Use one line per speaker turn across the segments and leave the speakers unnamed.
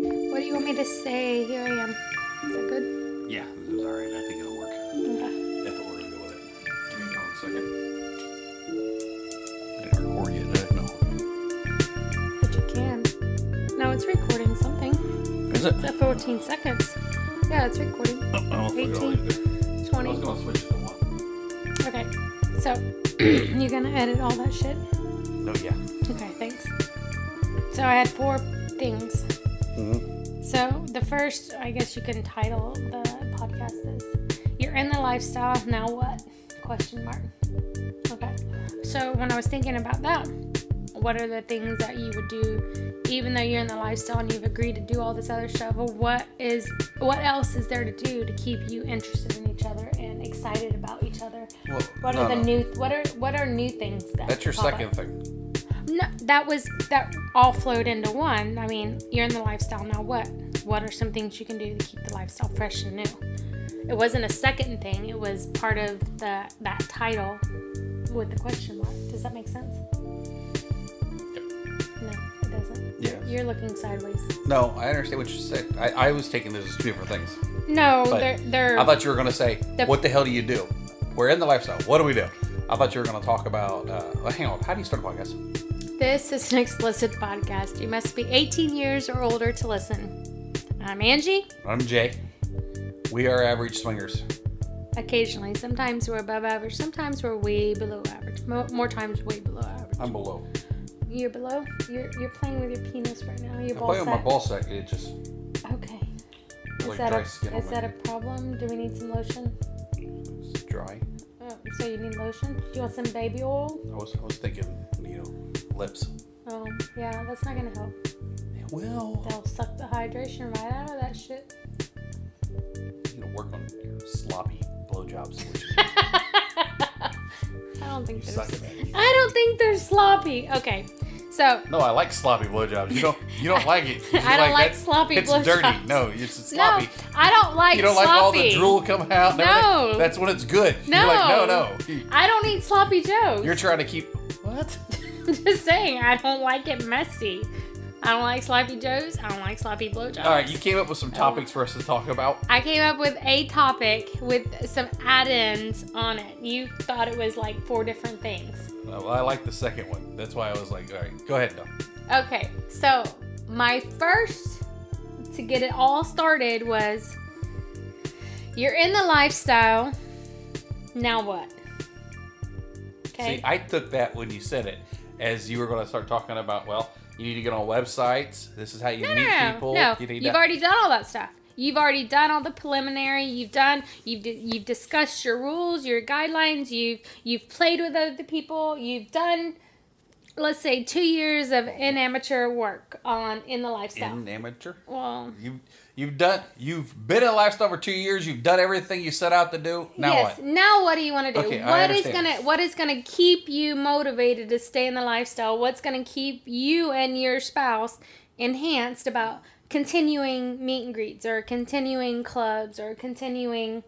me to say? Here I am. Is that good?
Yeah, this is alright. I think it'll work.
Okay.
That's what we're gonna go with it. Give me one second. Did it record yet? Did it? No.
But you can. No, it's recording something.
Is it?
It's at 14 seconds. Yeah, it's recording.
Oh, I don't think it'll
18.
either. I
20.
was gonna switch to one.
Okay. So, you're going to edit all that shit?
Oh yeah.
Okay, thanks. So, I had four things.
Mm-hmm.
So, the first, I guess you can title the podcast this You're in the Lifestyle, Now What? Question mark. Okay. So, when I was thinking about that, what are the things that you would do even though you're in the lifestyle and you've agreed to do all this other stuff but what is what else is there to do to keep you interested in each other and excited about each other
Well,
what
no,
are the
no.
new what are what are new things that
That's your
pop up?
second thing.
no that was that all flowed into one i mean you're in the lifestyle now what what are some things you can do to keep the lifestyle fresh and new it wasn't a second thing it was part of the that title with the question mark does that make sense no it doesn't
Yes.
you're looking sideways
No, I understand what you said. I, I was taking this as two different things.
no
But
they're they're
I thought you were going to say,
The-
"What the hell do you do?" We're in the lifestyle. What do we do? I thought you were going to talk about. Uh, well, hang on. How do you start a podcast?
This is an explicit podcast. You must be 18 years or older to listen. I'm Angie.
I'm Jay. We are average swingers.
Occasionally, sometimes we're above average, sometimes we're way below average. Mo- more times, way below average.
I'm below.
You're below. You're you're playing with your penis right now. Your
I
ball
play with my
sack.
ball sack. It just
Okay. Is
Like
that
dry
a
skin on
is
my-
that a problem? Do we need some lotion?
it's dry.
Oh, so you need lotion. Do you want some baby oil?
I was I was thinking, you know, lips.
Oh, yeah. That's not gonna help.
Oh. Well,
That'll suck the hydration right out of that shit.
you know, work on your sloppy blowjobs. which
I don't think
You
there's.
suck at that.
I don't think they're sloppy. Okay, so
No, I like sloppy blowjobs. You don't. You don't like it. You
I don't like
that-
sloppy
It's dirty.
blowjobs.
No, it's sloppy.
no, I don't like
you don't
sloppy.
like all the drool coming out. and everything?
No.
that's when it's good. You're
No.
like, no, no.
I don't eat sloppy joes.
You're trying to keep what?
I'm just saying I don't like it messy. I don't like sloppy joes. I don't like sloppy blowjobs.
All right, you came up with
Oh.
some topics for us to talk about. Uh,
I came up with a topic with some add-ins on it. You thought it was like four different things.
Well, I like the second one. That's why I was like, all right, go ahead. No.
Okay, so my first to get it all started was you're in the lifestyle. Now what? Okay.
See, I took that when you said it as you were going to start talking about. Well, you need to get on websites. This is how you meet people.
No,
You need
you've
to-
already done all that stuff. You've already done all the preliminary. You've done. You've di- you've discussed your rules, your guidelines. You've you've played with other people. You've done, let's say, two years of in amateur work on in the lifestyle.
in amateur.
well,
You you've done you've been in lifestyle for two years. You've done everything you set out to do. Now
yes.
what?
Now what do you want to do?
Okay, I
What is
understand.
gonna what is gonna keep you motivated to stay in the lifestyle? What's gonna keep you and your spouse enhanced about continuing meet and greets or continuing clubs or continuing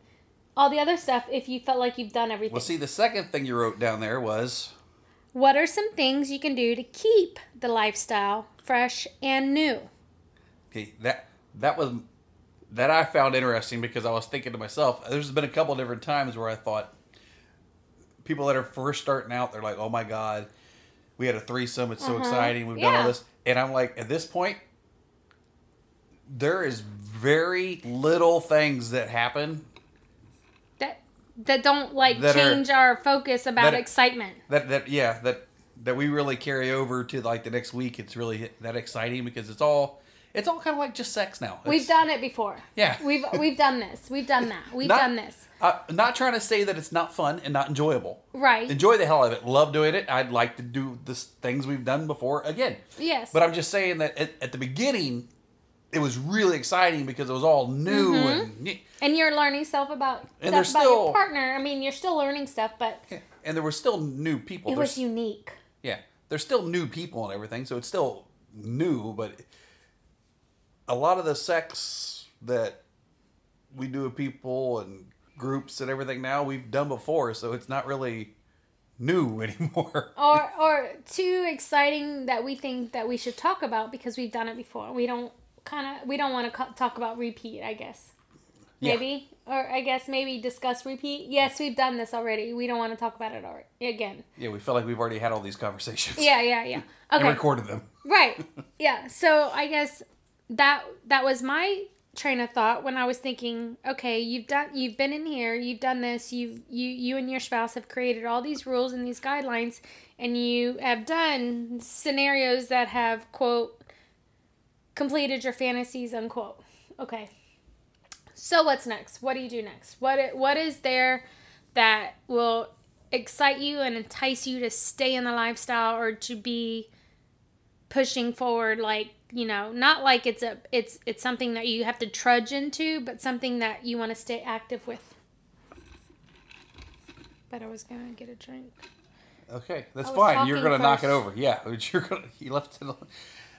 all the other stuff if you felt like you've done everything?
Well, see, the second thing you wrote down there was
what are some things you can do to keep the lifestyle fresh and new?
Okay, that that was that I found interesting because I was thinking to myself, there's been a couple different times where I thought people that are first starting out, they're like, "Oh my god, we had a threesome, it's so exciting, we've done
Mm-hmm. Yeah.
all this," and I'm like, at this point, there is very little things that happen
That that don't like
That are-
change our focus about
that-
excitement.
that that yeah that that we really carry over to like the next week. It's really that exciting because it's all it's all kind of like just sex now.
We've
It's-
done it before.
Yeah.
We've we've done this. We've done that. We've
Not-
done this.
I- I'm uh, not trying to say that it's not fun and not enjoyable.
Right.
enjoy the hell out of it. Love doing it. I'd like to do the s- things we've done before again.
Yes.
But I'm just saying that at, at the beginning, it was really exciting because it was all new
Mm-hmm.
and ne-
and you're learning stuff about
And
stuff
there's
about your
still-
partner. I mean, you're still learning stuff, but
and there were still new people.
it was
There's,
unique.
yeah, there's still new people and everything, so it's still new. But a lot of the sex that we do with people and groups and everything now we've done before, so it's not really new anymore.
Or or too exciting that we think that we should talk about because we've done it before. We don't kind of we don't want to co- talk about repeat. I guess
Yeah.
maybe or I guess maybe discuss repeat. Yes, we've done this already. We don't want to talk about it already again.
Yeah, we felt like we've already had all these conversations.
Yeah, yeah, yeah.
And
Okay.
recorded them.
Right. Yeah. So I guess that that was my train of thought when I was thinking, okay, you've done you've been in here, you've done this, you've you you and your spouse have created all these rules and these guidelines and you have done scenarios that have quote completed your fantasies unquote. Okay. So what's next? What do you do next? What i- what is there that will excite you and entice you to stay in the lifestyle or to be pushing forward like you know not like it's a it's it's something that you have to trudge into but something that you want to stay active with but i was gonna get a drink
Okay, that's
I was
fine. You're
talking
gonna knock it
first.
over. Yeah, but you're gonna. He left it. On.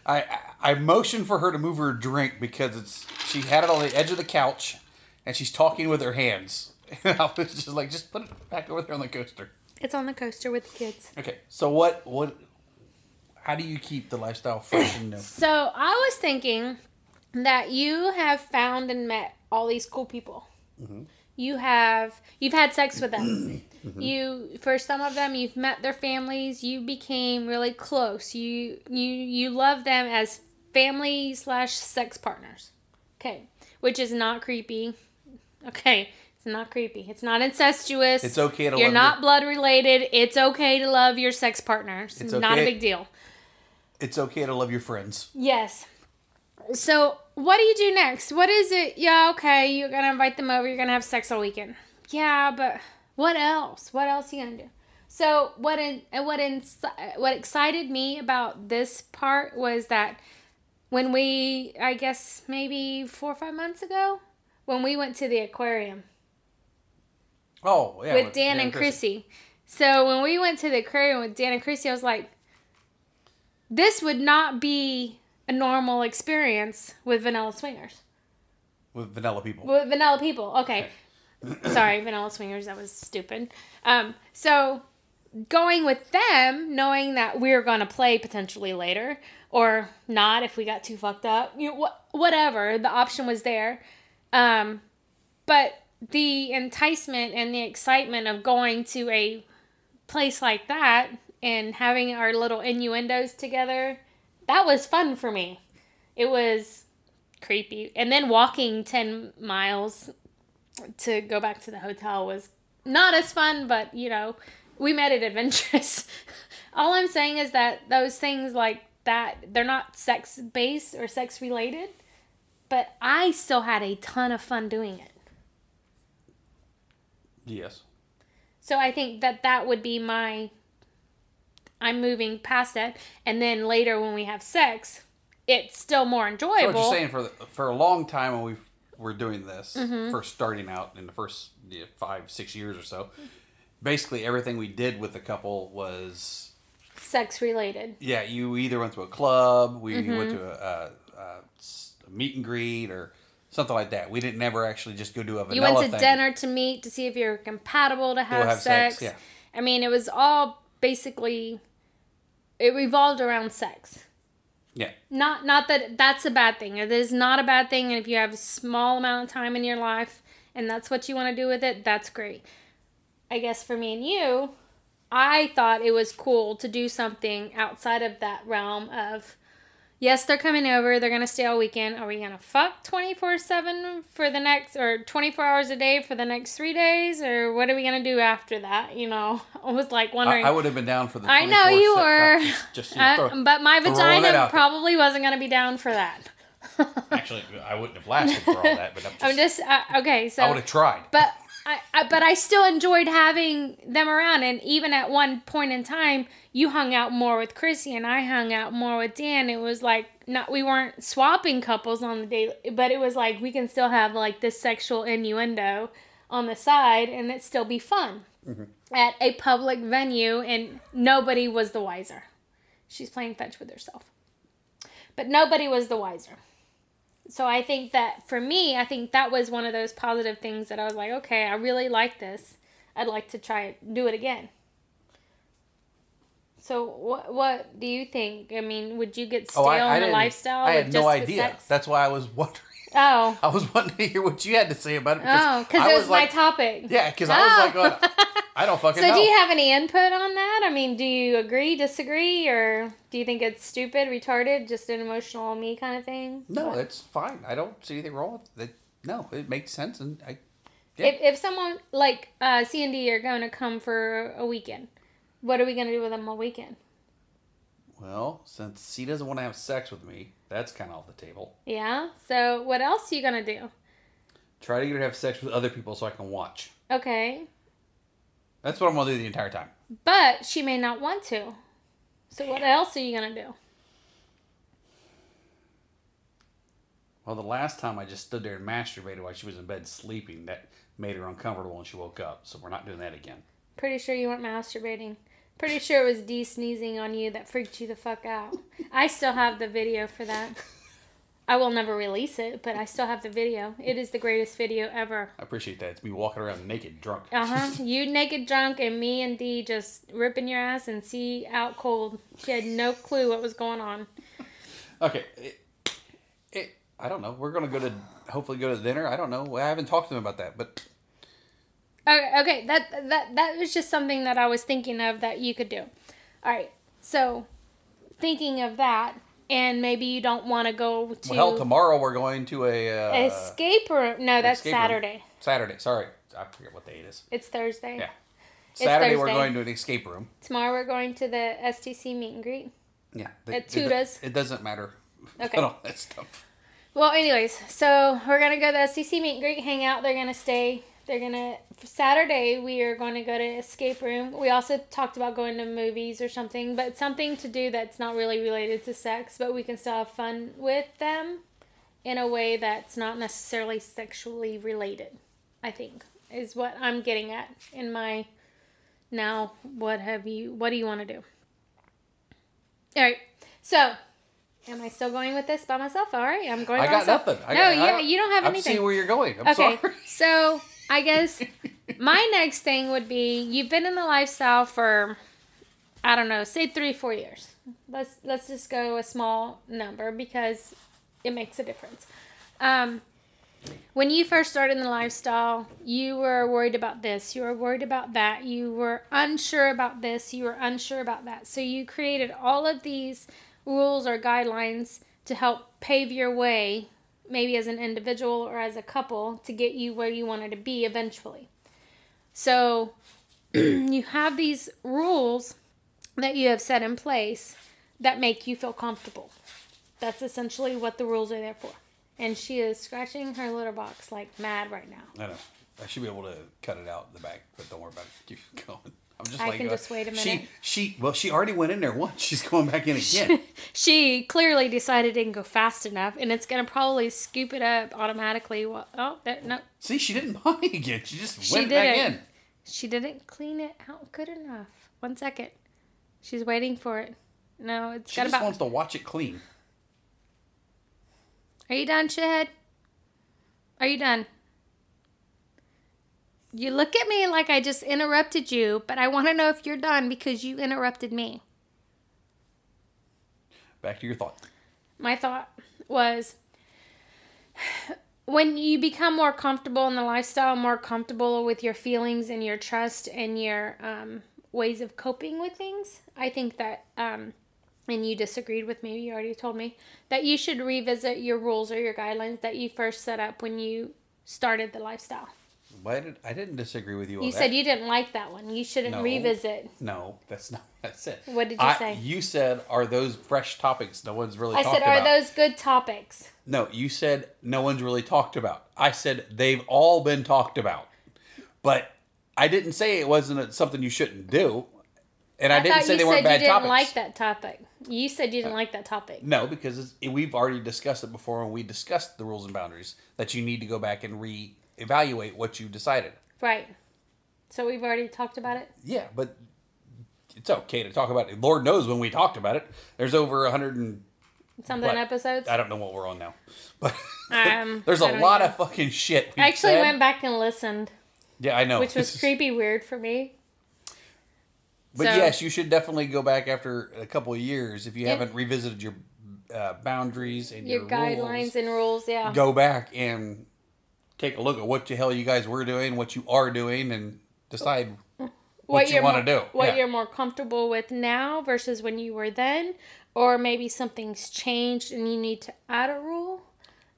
I I I motioned for her to move her drink because it's she had it on the edge of the couch, and she's talking with her hands. And I was just like, just put it back over there on the coaster.
it's on the coaster with the kids
Okay, so what what? How do you keep the lifestyle fresh and new?
so i was thinking that you have found and met all these cool people
Mm-hmm.
you have you've had sex with them you for some of them you've met their families you became really close you you you love them as family slash sex partners okay which is not creepy okay it's not creepy it's not incestuous
It's okay to
you're
love
not
your-
blood related it's okay to love your sex partners
It's
it's not a
okay-
big deal
It's okay to love your friends.
Yes. So, what do you do next? What is it? Yeah, okay, you're gonna invite them over. You're gonna have sex all weekend. Yeah, but what else? What else you gonna do? So, what in and what in what excited me about this part was that when we, I guess maybe four or five months ago, when we went to the aquarium
Oh yeah,
with Dan and Chrissy. So when we went to the aquarium with Dan and Chrissy, I was like, this would not be a normal experience with vanilla swingers.
with vanilla people.
With vanilla people. Okay. Sorry, vanilla swingers. That was stupid. Um, so going with them, knowing that we are going to play potentially later or not if we got too fucked up, you know, wh- whatever, the option was there. Um, but the enticement and the excitement of going to a place like that and having our little innuendos together, that was fun for me. It was creepy. And then walking 10 miles to go back to the hotel was not as fun, but you know, we made it adventurous. All I'm saying is that those things like that, they're not sex based or sex related, but I still had a ton of fun doing it.
Yes.
So I think that that would be my. I'm moving past that, and then later when we have sex, it's still more
So
enjoyable.
what you're saying for the, for a long time when we were doing this,
Mm-hmm.
first starting out in the first yeah, five six years or so, basically everything we did with the couple was
Sex related.
yeah you either went to a club, we
Mm-hmm.
went to a, a, a s- a meet and greet or something like that. We didn't ever actually just go do a vanilla
you went to
thing.
dinner to meet to see if you're compatible to have,
have sex,
sex.
yeah.
I mean, it was all basically it revolved around sex.
Yeah,
Not not that that's a bad thing. It is not a bad thing, and if you have a small amount of time in your life and that's what you want to do with it, that's great. I guess for me and you, I thought it was cool to do something outside of that realm of yes, they're coming over, they're gonna stay all weekend. Are we gonna fuck 24 7 for the next, or 24 hours a day for the next three days, or what are we gonna do after that? You know, I was like
I,
wondering.
I would have been down for the.
I know you
24
were.
Just, just, you know,
Uh,
throw-
but my
throwing it
vagina
out there.
probably wasn't gonna be down for that.
actually, I wouldn't have lasted for all that, but I'm just,
I'm just uh, okay. So
I would have tried.
but I, I but I still enjoyed having them around and even at one point in time you hung out more with Chrissy and I hung out more with Dan. It was like not we weren't swapping couples on the day but it was like we can still have like this sexual innuendo on the side and it still be fun at a public venue and nobody was the wiser. She's playing fetch with herself. But nobody was the wiser so I think that for me, I think that was one of those positive things that I was like, okay, I really like this. I'd like to try it, do it again. So what what do you think? I mean, would you get stale
Oh, I, I
in the
didn't.
lifestyle?
I
with
had no
just the
idea.
sex?
That's why I was wondering.
Oh,
I was wanting to hear what you had to say about it.
oh, because
I
it was, my
like,
topic.
Yeah, because I was
Oh.
like, well, I don't fucking
So
know.
do you have any input on that? I mean, do you agree, disagree, or do you think it's stupid, retarded, just an emotional me kind of thing?
no,
What?
it's fine. I don't see anything wrong with it. No, it makes sense, and I yeah.
If, if someone like uh, C and D are going to come for a weekend, what are we going to do with them all weekend?
Well, since he doesn't want to have sex with me, that's kind of off the table.
Yeah. So what else are you going to do?
Try to get her to have sex with other people so I can watch.
Okay,
That's what I'm gonna do the entire time.
but she may not want to. So what else are you going to do?
Well, the last time I just stood there and masturbated while she was in bed sleeping, that made her uncomfortable when she woke up. So we're not doing that again.
Pretty sure you weren't masturbating. Pretty sure it was D sneezing on you that freaked you the fuck out. I still have the video for that. I will never release it, but I still have the video. It is the greatest video ever.
I appreciate that. It's me walking around naked, drunk.
Uh huh. You naked drunk and me and D just ripping your ass and C out cold. She had no clue what was going on.
okay. It, it, I don't know. We're gonna go to hopefully go to dinner. I don't know. I haven't talked to them about that, but
Okay, okay, that that that was just something that I was thinking of that you could do. All right, so thinking of that, and maybe you don't want to go to
well, tomorrow we're going to a uh,
escape room. No, that's
escape room.
Saturday.
Saturday. Sorry, I forget what day it is.
It's Thursday.
Yeah. Saturday we're
Thursday.
going to an escape room.
Tomorrow we're going to the STC meet and greet.
Yeah. the-
At
it do-
Tuta's.
It doesn't matter.
Okay.
About all that stuff.
Well, anyways, so we're gonna go to the STC meet and greet, hang out. They're gonna stay. They're gonna Saturday. We are going to go to escape room. We also talked about going to movies or something, but something to do that's not really related to sex, but we can still have fun with them in a way that's not necessarily sexually related. I think is what I'm getting at in my now. What have you? What do you want to do? All right. So, am I still going with this by myself? All right, I'm going.
I
by
got
myself.
nothing. I
no,
got-
yeah,
I-
you don't have
I'm
anything.
seeing where you're going. I'm
okay,
sorry.
so I guess my next thing would be you've been in the lifestyle for I don't know, say three, four years. Let's let's just go a small number because it makes a difference. Um, when you first started in the lifestyle, you were worried about this, you were worried about that, you were unsure about this, you were unsure about that. So you created all of these rules or guidelines to help pave your way, maybe as an individual or as a couple, to get you where you wanted to be eventually. So you have these rules that you have set in place that make you feel comfortable. That's essentially what the rules are there for. And she is scratching her litter box like mad right now.
I know. I should be able to cut it out in the back, but don't worry about it. Keep going. I'm just
I
like
can
uh,
just wait a minute.
She she well, she already went in there once. She's going back in again.
She clearly decided it didn't go fast enough, and it's gonna probably scoop it up automatically. Well, oh, there, no,
See, she didn't buy again. She just
She
went
did
back
it.
in.
she didn't clean it out good enough. One second, she's waiting for it. No, it's
She
got
just
about.
wants to watch it clean.
Are you done, shithead? Are you done? You look at me like I just interrupted you, but I want to know if you're done because you interrupted me.
Back to your thought.
my thought was when you become more comfortable in the lifestyle, more comfortable with your feelings and your trust and your um, ways of coping with things, I think that, um, and you disagreed with me, you already told me, that you should revisit your rules or your guidelines that you first set up when you started the lifestyle.
Why did I didn't disagree with you?
You
on
said
that.
you didn't like that one. You shouldn't
No.
revisit.
No, that's not. That's it.
What did you
I-
say?
You said, "Are those fresh topics no one's really?"
I
talked
said, are
about?
those good topics?
No, you said no one's really talked about. I said they've all been talked about. But I didn't say it wasn't something you shouldn't do. And I,
I,
didn't
thought
say
you
they
said
weren't
you
bad
didn't
topics. Uh,
like that topic. You said you didn't like that topic.
No, because it's, we've already discussed it before when we discussed the rules and boundaries that you need to go back and reevaluate what you decided.
Right. So we've already talked about it.
Yeah, but it's okay to talk about it. Lord knows when we talked about it. There's over 100 and
Something
What?
episodes.
I don't know what we're on now. But
Um,
there's
I
a
don't
lot
know.
of fucking shit. we
I actually
said.
went back and listened,
Yeah, I know.
which
This
was
is-
creepy weird for me.
But
So-
yes, you should definitely go back after a couple of years if you
Yeah.
haven't revisited your uh, boundaries and your,
Your guidelines
rules,
and rules, yeah.
Go back and take a look at what the hell you guys were doing, what you are doing, and decide what you
you're
wanna
more-
do,
What
yeah.
you're more comfortable with now versus when you were then, or maybe something's changed and you need to add a rule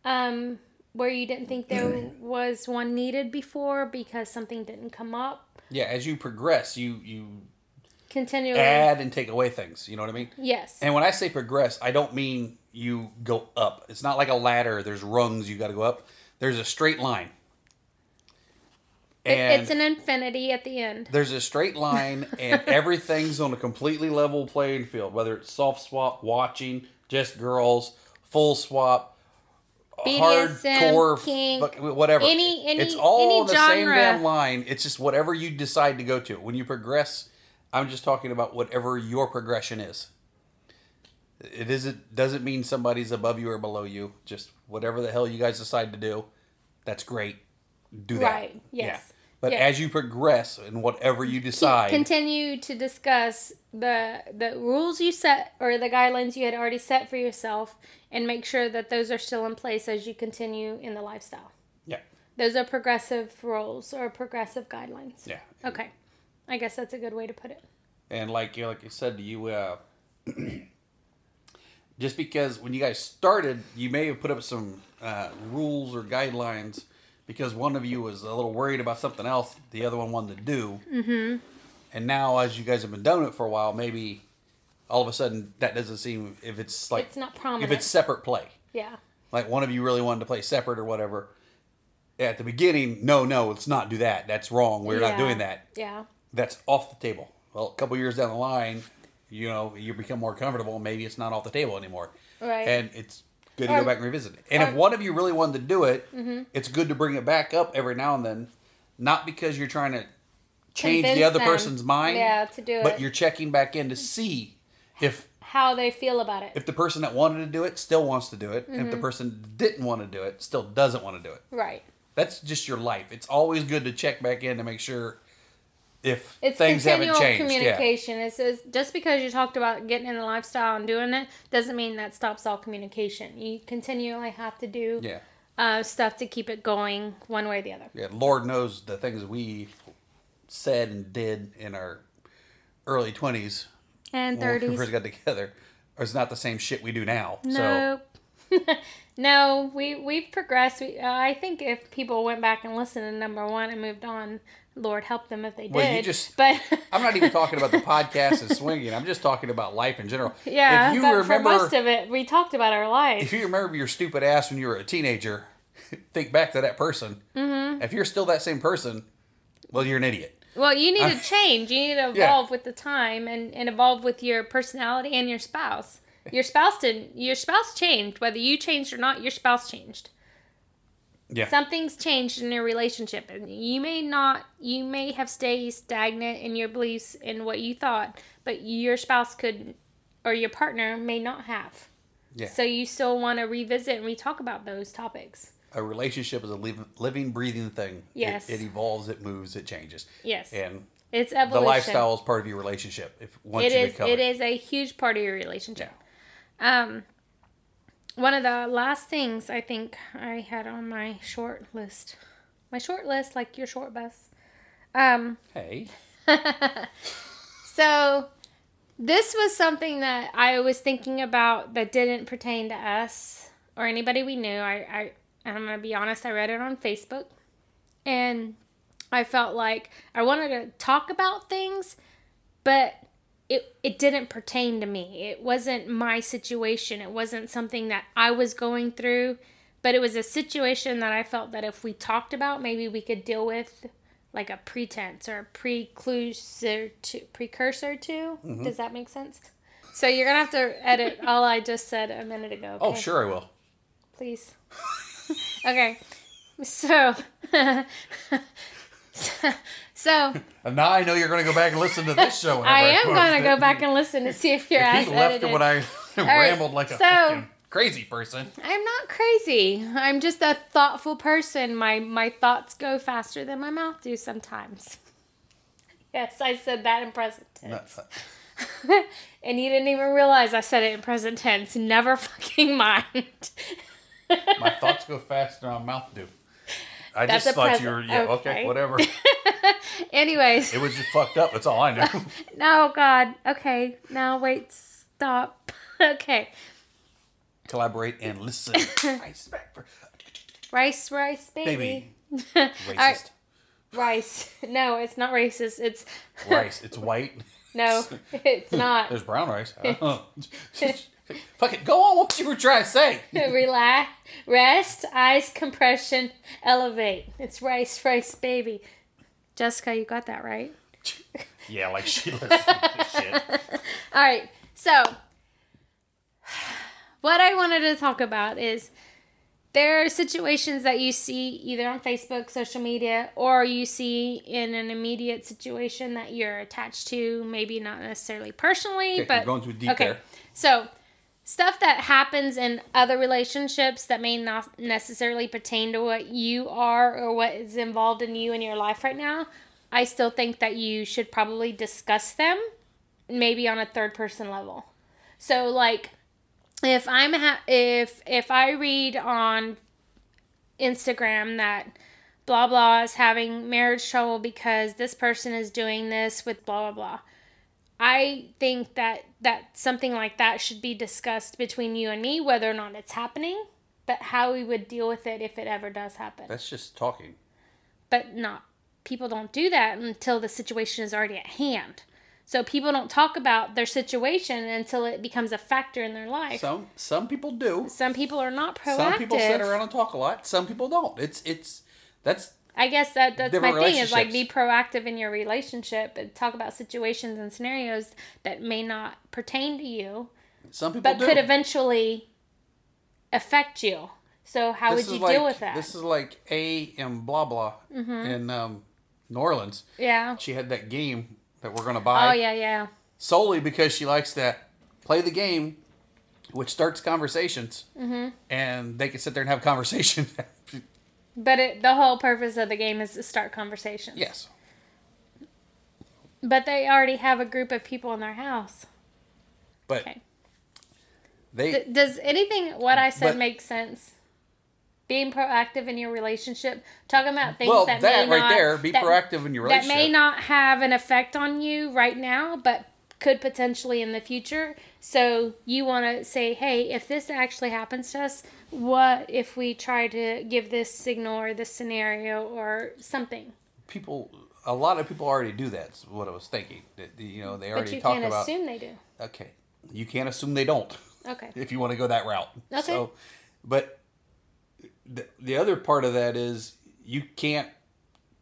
um, where you didn't think there was one needed before because something didn't come up.
yeah as you progress you you
Continually.
add and take away things you know what i mean
yes.
and when i say progress i don't mean you go up it's not like a ladder there's rungs you got to go up there's a straight line
It- it's an infinity at the end.
there's a straight line and everything's on a completely level playing field whether it's soft swap watching just girls full swap
BDSM,
hardcore
kink,
fuck- whatever
any- any-
it's all
any
the same
genre.
damn line it's just whatever you decide to go to when you progress i'm just talking about whatever your progression is it isn't doesn't mean somebody's above you or below you just whatever the hell you guys decide to do that's great do that
Right, yes.
but
Yeah.
as you progress and whatever you
Keep-
decide
continue to discuss the the rules you set or the guidelines you had already set for yourself and make sure that those are still in place as you continue in the lifestyle.
yeah
Those are progressive rules or progressive guidelines.
yeah
Okay. I guess that's a good way to put it.
and like you like I said you uh just because when you guys started you may have put up some uh, rules or guidelines because one of you was a little worried about something else the other one wanted to do mm-hmm. and now as you guys have been doing it for a while maybe all of a sudden that doesn't seem if it's like
It's not
if
prominent.
it's separate play
yeah.
like one of you really wanted to play separate or whatever at the beginning no no let's not do that that's wrong we're
Yeah.
not doing that
Yeah.
that's off the table. Well, a couple years down the line, you know, you become more comfortable. Maybe it's not off the table anymore.
Right.
And it's good to
Or-
go back and revisit it. And
or- Mm-hmm.
if one of you really wanted to do it, it's good to bring it back up every now and then, not because you're trying to change
Convince
the other
them,
person's mind.
yeah, to do
But
it.
you're checking back in to see if
How they feel about it.
if the person that wanted to do it still wants to do it, and
Mm-hmm.
if the person didn't want to do it, still doesn't want to do it.
right.
That's just your life. It's always good to check back in to make sure if
It's
things haven't
continual
changed. Yeah.
communication. It says just because you talked about getting in the lifestyle and doing it doesn't mean that stops all communication. You continually have to do
Yeah.
uh, stuff to keep it going one way or the other.
Yeah. Lord knows the things we said and did in our early 20s
And
when we
30s.
first got together is not the same shit we do now. So,
nope. no, we we've progressed. We, uh, I think if people went back and listened to number one and moved on, Lord help them if they did.
Well, you just-
but
I'm not even talking about the podcast and swinging. I'm just talking about life in general.
yeah.
If you
but for
remember,
most of it, we talked about our
if
life.
you remember your stupid ass when you were a teenager, think back to that person. Mm-hmm. If you're still that same person, well, you're an idiot.
Well, you need to change. You need to evolve
Uh, Yeah.
with the time and, and evolve with your personality and your spouse. Your spouse didn't. Your spouse changed. Whether you changed or not, your spouse changed.
Yeah.
something's changed in your relationship and you may not you may have stayed stagnant in your beliefs and what you thought but your spouse could or your partner may not have
Yeah.
so you still want to revisit and we talk about those topics
a relationship is a liv- living, breathing thing. It-
Yes.
It, evolves, it moves, it changes.
yes
And
it's
the
evolution
lifestyle is part of your relationship. If once
it
you
is
become
it is a huge part of your relationship um one of the last things i think i had on my short list my short list like your short bus um
Hey.
So this was something that I was thinking about that didn't pertain to us or anybody we knew. I, I and I'm gonna be honest, I read it on Facebook and I felt like I wanted to talk about things, but it, it didn't pertain to me. It wasn't my situation. It wasn't something that I was going through, but it was a situation that I felt that if we talked about, maybe we could deal with like a pretense or a preclusive to precursor to.
Mm-hmm.
Does that make sense? So you're gonna have to edit all I just said a minute ago.
Oh,
okay?
sure I will.
please. okay, so so
And now I know you're going to go back and listen to this show.
I am
whenever
gonna go
post it.
back and listen to see if your ass
He left
edited.
it when I
right,
rambled like a
so-
fucking crazy person.
I'm not crazy. I'm just a thoughtful person. My my thoughts go faster than my mouth do sometimes. Yes, I said that in present tense. and you didn't even realize I said it in present tense. Never fucking mind.
My thoughts go faster on Mouth Dew. I
That's
just
a
thought
present.
you were yeah okay,
Okay.
whatever.
Anyways,
It was just fucked up. That's all I knew.
no, God. Okay, now wait, stop. Okay.
Collaborate and listen. Ice back for
Rice, rice,
baby.
baby.
Racist.
right. Rice. No, it's not racist. It's.
Rice. It's white.
No, it's not.
There's brown rice. Fuck it. Go on what you were trying to say.
Relax, rest, ice compression, elevate. It's rice, rice, baby. Jessica, you got that right.
Yeah, like she listens to shit.
All right. So, what I wanted to talk about is there are situations that you see either on Facebook, social media, or you see in an immediate situation that you're attached to, maybe not necessarily personally,
Okay,
but
you're going too deep there.
So, stuff that happens in other relationships that may not necessarily pertain to what you are or what is involved in you in your life right now, I still think that you should probably discuss them maybe on a third person level. So like if I'm ha- if if I read on Instagram that blah blah is having marriage trouble because this person is doing this with blah blah blah. I think that that something like that should be discussed between you and me whether or not it's happening, but how we would deal with it if it ever does happen
That's just talking.
but not people don't do that until the situation is already at hand so people don't talk about their situation until it becomes a factor in their life
Some some people do.
some people are not proactive
Some people sit around and talk a lot. Some people don't. It's it's that's
i guess that that's my
Different
thing is like be
relationships.
proactive in your relationship and talk about situations and scenarios that may not pertain to you
some people
but
do.
could eventually affect you so how
This
would
is
you
like,
deal with that Mm-hmm.
This is like A and blah blah in um, New Orleans.
yeah
She had that game that we're gonna
oh
buy
yeah yeah
solely because she likes to play the game, which starts conversations,
Mm-hmm.
and they can sit there and have conversation.
but it, the whole purpose of the game is to start conversations
yes,
But they already have a group of people in their house.
but
Okay.
they
D- does anything what I said
But-
make sense? Being proactive in your relationship, talking about things
well
that,
that,
may
right
not,
there be
that,
proactive in your
that
relationship.
may not have an effect on you right now, but could potentially in the future. So you want to say, hey, if this actually happens to us, what if we try to give this signal or this scenario or something?
people, a lot of people already do that. Is what I was thinking. That, you know, they
But
already
you
talk
can't
about.
assume they do.
Okay, you can't assume they don't.
Okay.
if you want to go that route.
Okay.
So, but the, the other part of that is you can't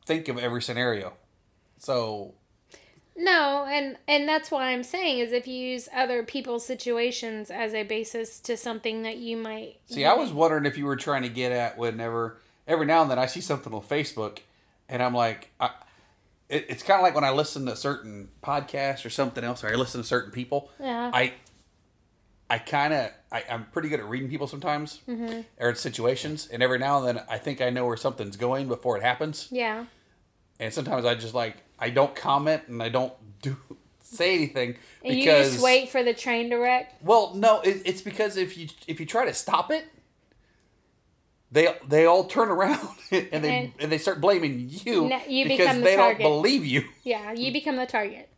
think of every scenario. So
No, and and that's why I'm saying is if you use other people's situations as a basis to something that you might
see, I was wondering if you were trying to get at whenever every now and then I see something on Facebook, and I'm like, I, it, it's kind of like when I listen to certain podcasts or something else, or I listen to certain people.
Yeah.
I I kind of I, I'm pretty good at reading people sometimes
Mm-hmm.
or in situations, and every now and then I think I know where something's going before it happens.
yeah
and sometimes I just like I don't comment and I don't do say anything
and you
because
just wait for the train to wreck.
well no it, it's because if you if you try to stop it they they all turn around and they
And-
and, they start blaming you,
No, you
because
become the
they
target.
don't believe you.
Yeah, you become the target.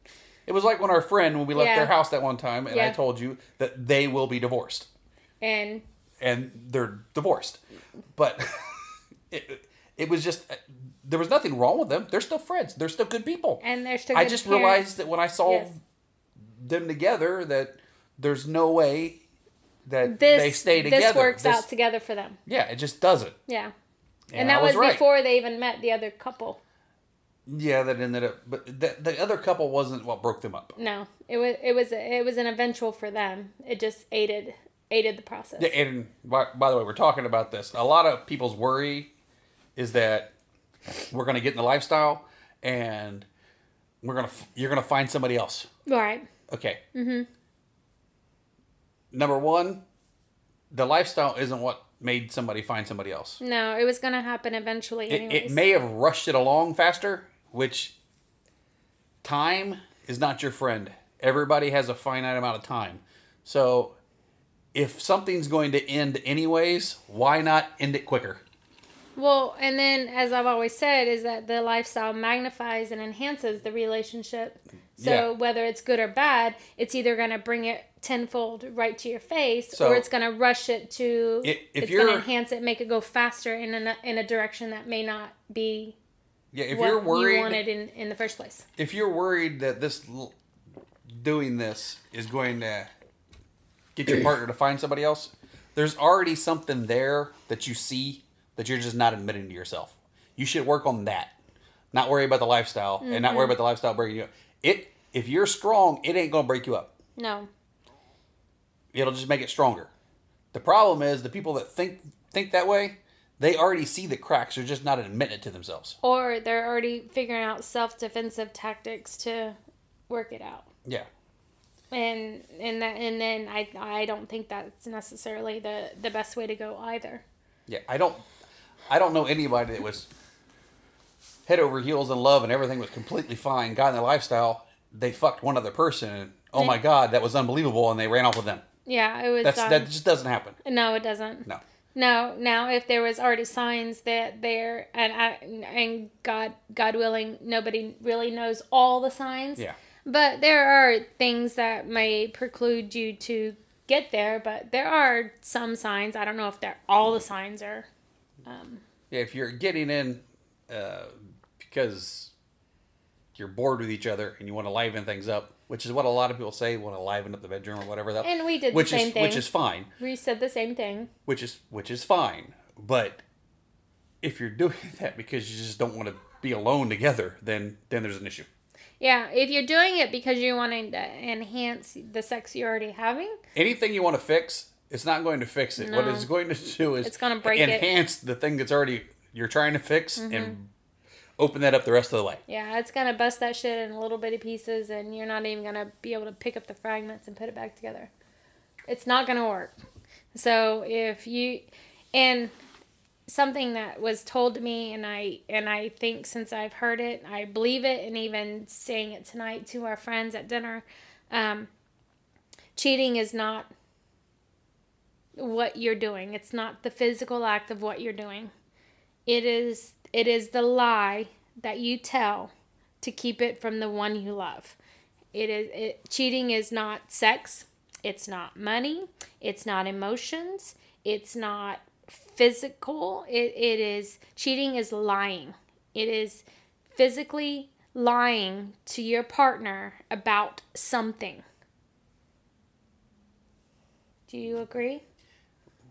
It was like when our friend when we left
Yeah.
their house that one time and I
Yeah.
told you that they will be divorced
And
and they're divorced. But it it was just there was nothing wrong with them. They're still friends. They're still good people.
and they're still
I
good
just
parents.
realized that when I saw
Yes.
them together, that there's no way that
this
they stay together.
This works
This-
out together for them.
Yeah, it just doesn't.
Yeah.
And
And that
I was
was,
right.
before they even met the other couple.
Yeah, that ended up. But that the other couple wasn't what broke them up.
No. It was it was it was an eventual for them. It just aided aided the process.
Yeah, and by, by the way, we're talking about this. A lot of people's worry is that we're going to get in the lifestyle, and we're gonna f- you're gonna find somebody else.
All right.
Okay. Mm-hmm. Number one, the lifestyle isn't what made somebody find somebody else.
No, it was going to happen eventually
it,
anyways.
it may have rushed it along faster, which time is not your friend. Everybody has a finite amount of time. So if something's going to end anyways, why not end it quicker?
Well, and then as I've always said, is that the lifestyle magnifies and enhances the relationship. So
Yeah.
whether it's good or bad, it's either going to bring it tenfold right to your face,
So-
or it's going to rush it to.
I- if
it's going to
you're-
enhance it, make it go faster in a in a direction that may not be
Yeah, if
what
you're worried
you wanted in in the first place.
if you're worried that this l- doing this is going to get your partner to find somebody else, there's already something there that you see that you're just not admitting to yourself. You should work on that. Not worry about the lifestyle and not worry about the lifestyle breaking you up. It if you're strong, it ain't going to break you up.
No.
It'll just make it stronger. The problem is the people that think think that way, they already see the cracks, they're just not admitting it to themselves.
Or they're already figuring out self defensive tactics to work it out.
Yeah.
and and that and then I I don't think that's necessarily the the best way to go either.
Yeah, I don't, I don't know anybody that was head over heels in love and everything was completely fine, got in their lifestyle. They fucked one other person, and oh my god, that was unbelievable, and they ran off with them.
Yeah, it was.
That's
um,
that just doesn't happen.
no, it doesn't.
No,
No, now if there was already signs that there and I and God God willing, nobody really knows all the signs.
yeah,
But there are things that may preclude you to get there, but there are some signs. I don't know if they're all the signs are.
yeah. If you're getting in uh, because you're bored with each other and you want to liven things up, which is what a lot of people say, want to liven up the bedroom or whatever. That
And we did the
which
same
is
thing.
which is fine.
We said the same thing.
which is which is fine. But if you're doing that because you just don't want to be alone together, then then there's an issue.
Yeah, if you're doing it because you want to enhance the sex you're already having,
Anything you want to fix, it's not going to fix it. What
No.
it's going to do is
It's gonna break it. Mm-hmm.
enhance the thing that's already you're trying to fix and open that up the rest of the way.
yeah, it's gonna bust that shit in little bitty pieces, and you're not even gonna be able to pick up the fragments and put it back together. It's not gonna work. So if you, and something that was told to me, and I and I think since I've heard it, I believe it, and even saying it tonight to our friends at dinner, um, cheating is not what you're doing. It's not the physical act of what you're doing. It is it is the lie that you tell to keep it from the one you love. It is it, cheating is not sex. It's not money. It's not emotions. It's not physical. It, it is cheating is lying. It is physically lying to your partner about something. Do you agree?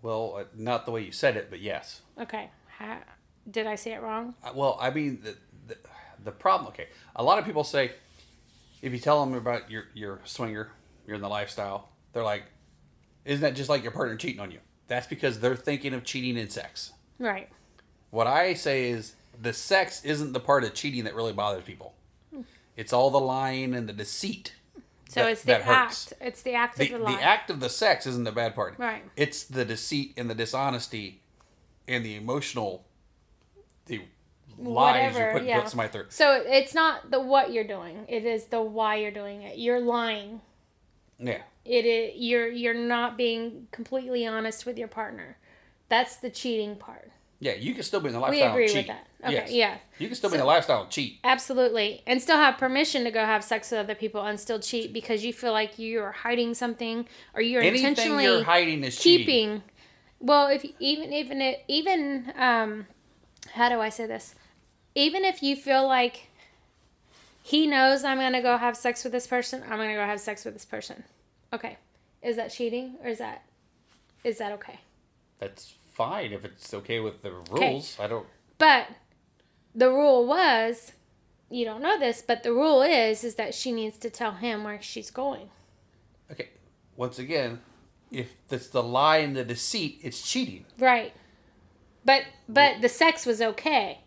Well, uh, not the way you said it, but yes.
Okay. Ha- did I say it wrong?
Uh, Well, I mean the the, the problem. Okay, a lot of people say if you tell them about your your swinger, you're in the lifestyle, they're like, "Isn't that just like your partner cheating on you?" That's because they're thinking of cheating in sex.
Right.
What I say is the sex isn't the part of cheating that really bothers people. It's all the lying and the deceit.
Hmm. So
that-
it's the
that hurts.
act. It's the act
The,
of the
the,
lie.
act of the sex isn't the bad part.
Right.
It's the deceit and the dishonesty and the emotional the lies you're
Whatever,
putting
yeah.
puts in my throat.
So it- it's not the what you're doing. It is the why you're doing it. You're lying.
Yeah.
It is you're you're not being completely honest with your partner. That's the cheating part.
Yeah, you can still be in the
We
lifestyle.
agree
and
with
cheat.
that. Okay.
Yes.
Yeah.
You can still be in the lifestyle and cheat.
Absolutely. And still have permission to go have sex with other people and still cheat because you feel like you are hiding something or you're
Anything
intentionally
you're hiding is cheating.
keeping. Well, if even even it, even um, how do I say this? Even if you feel like he knows I'm gonna go have sex with this person, I'm gonna go have sex with this person. Okay, is that cheating or is that is that okay?
That's fine if it's okay with the rules. I don't.
But the rule was, you don't know this, but the rule is is that she needs to tell him where she's going.
Okay. Once again, if it's the lie and the deceit, it's cheating.
Right. But but the sex was okay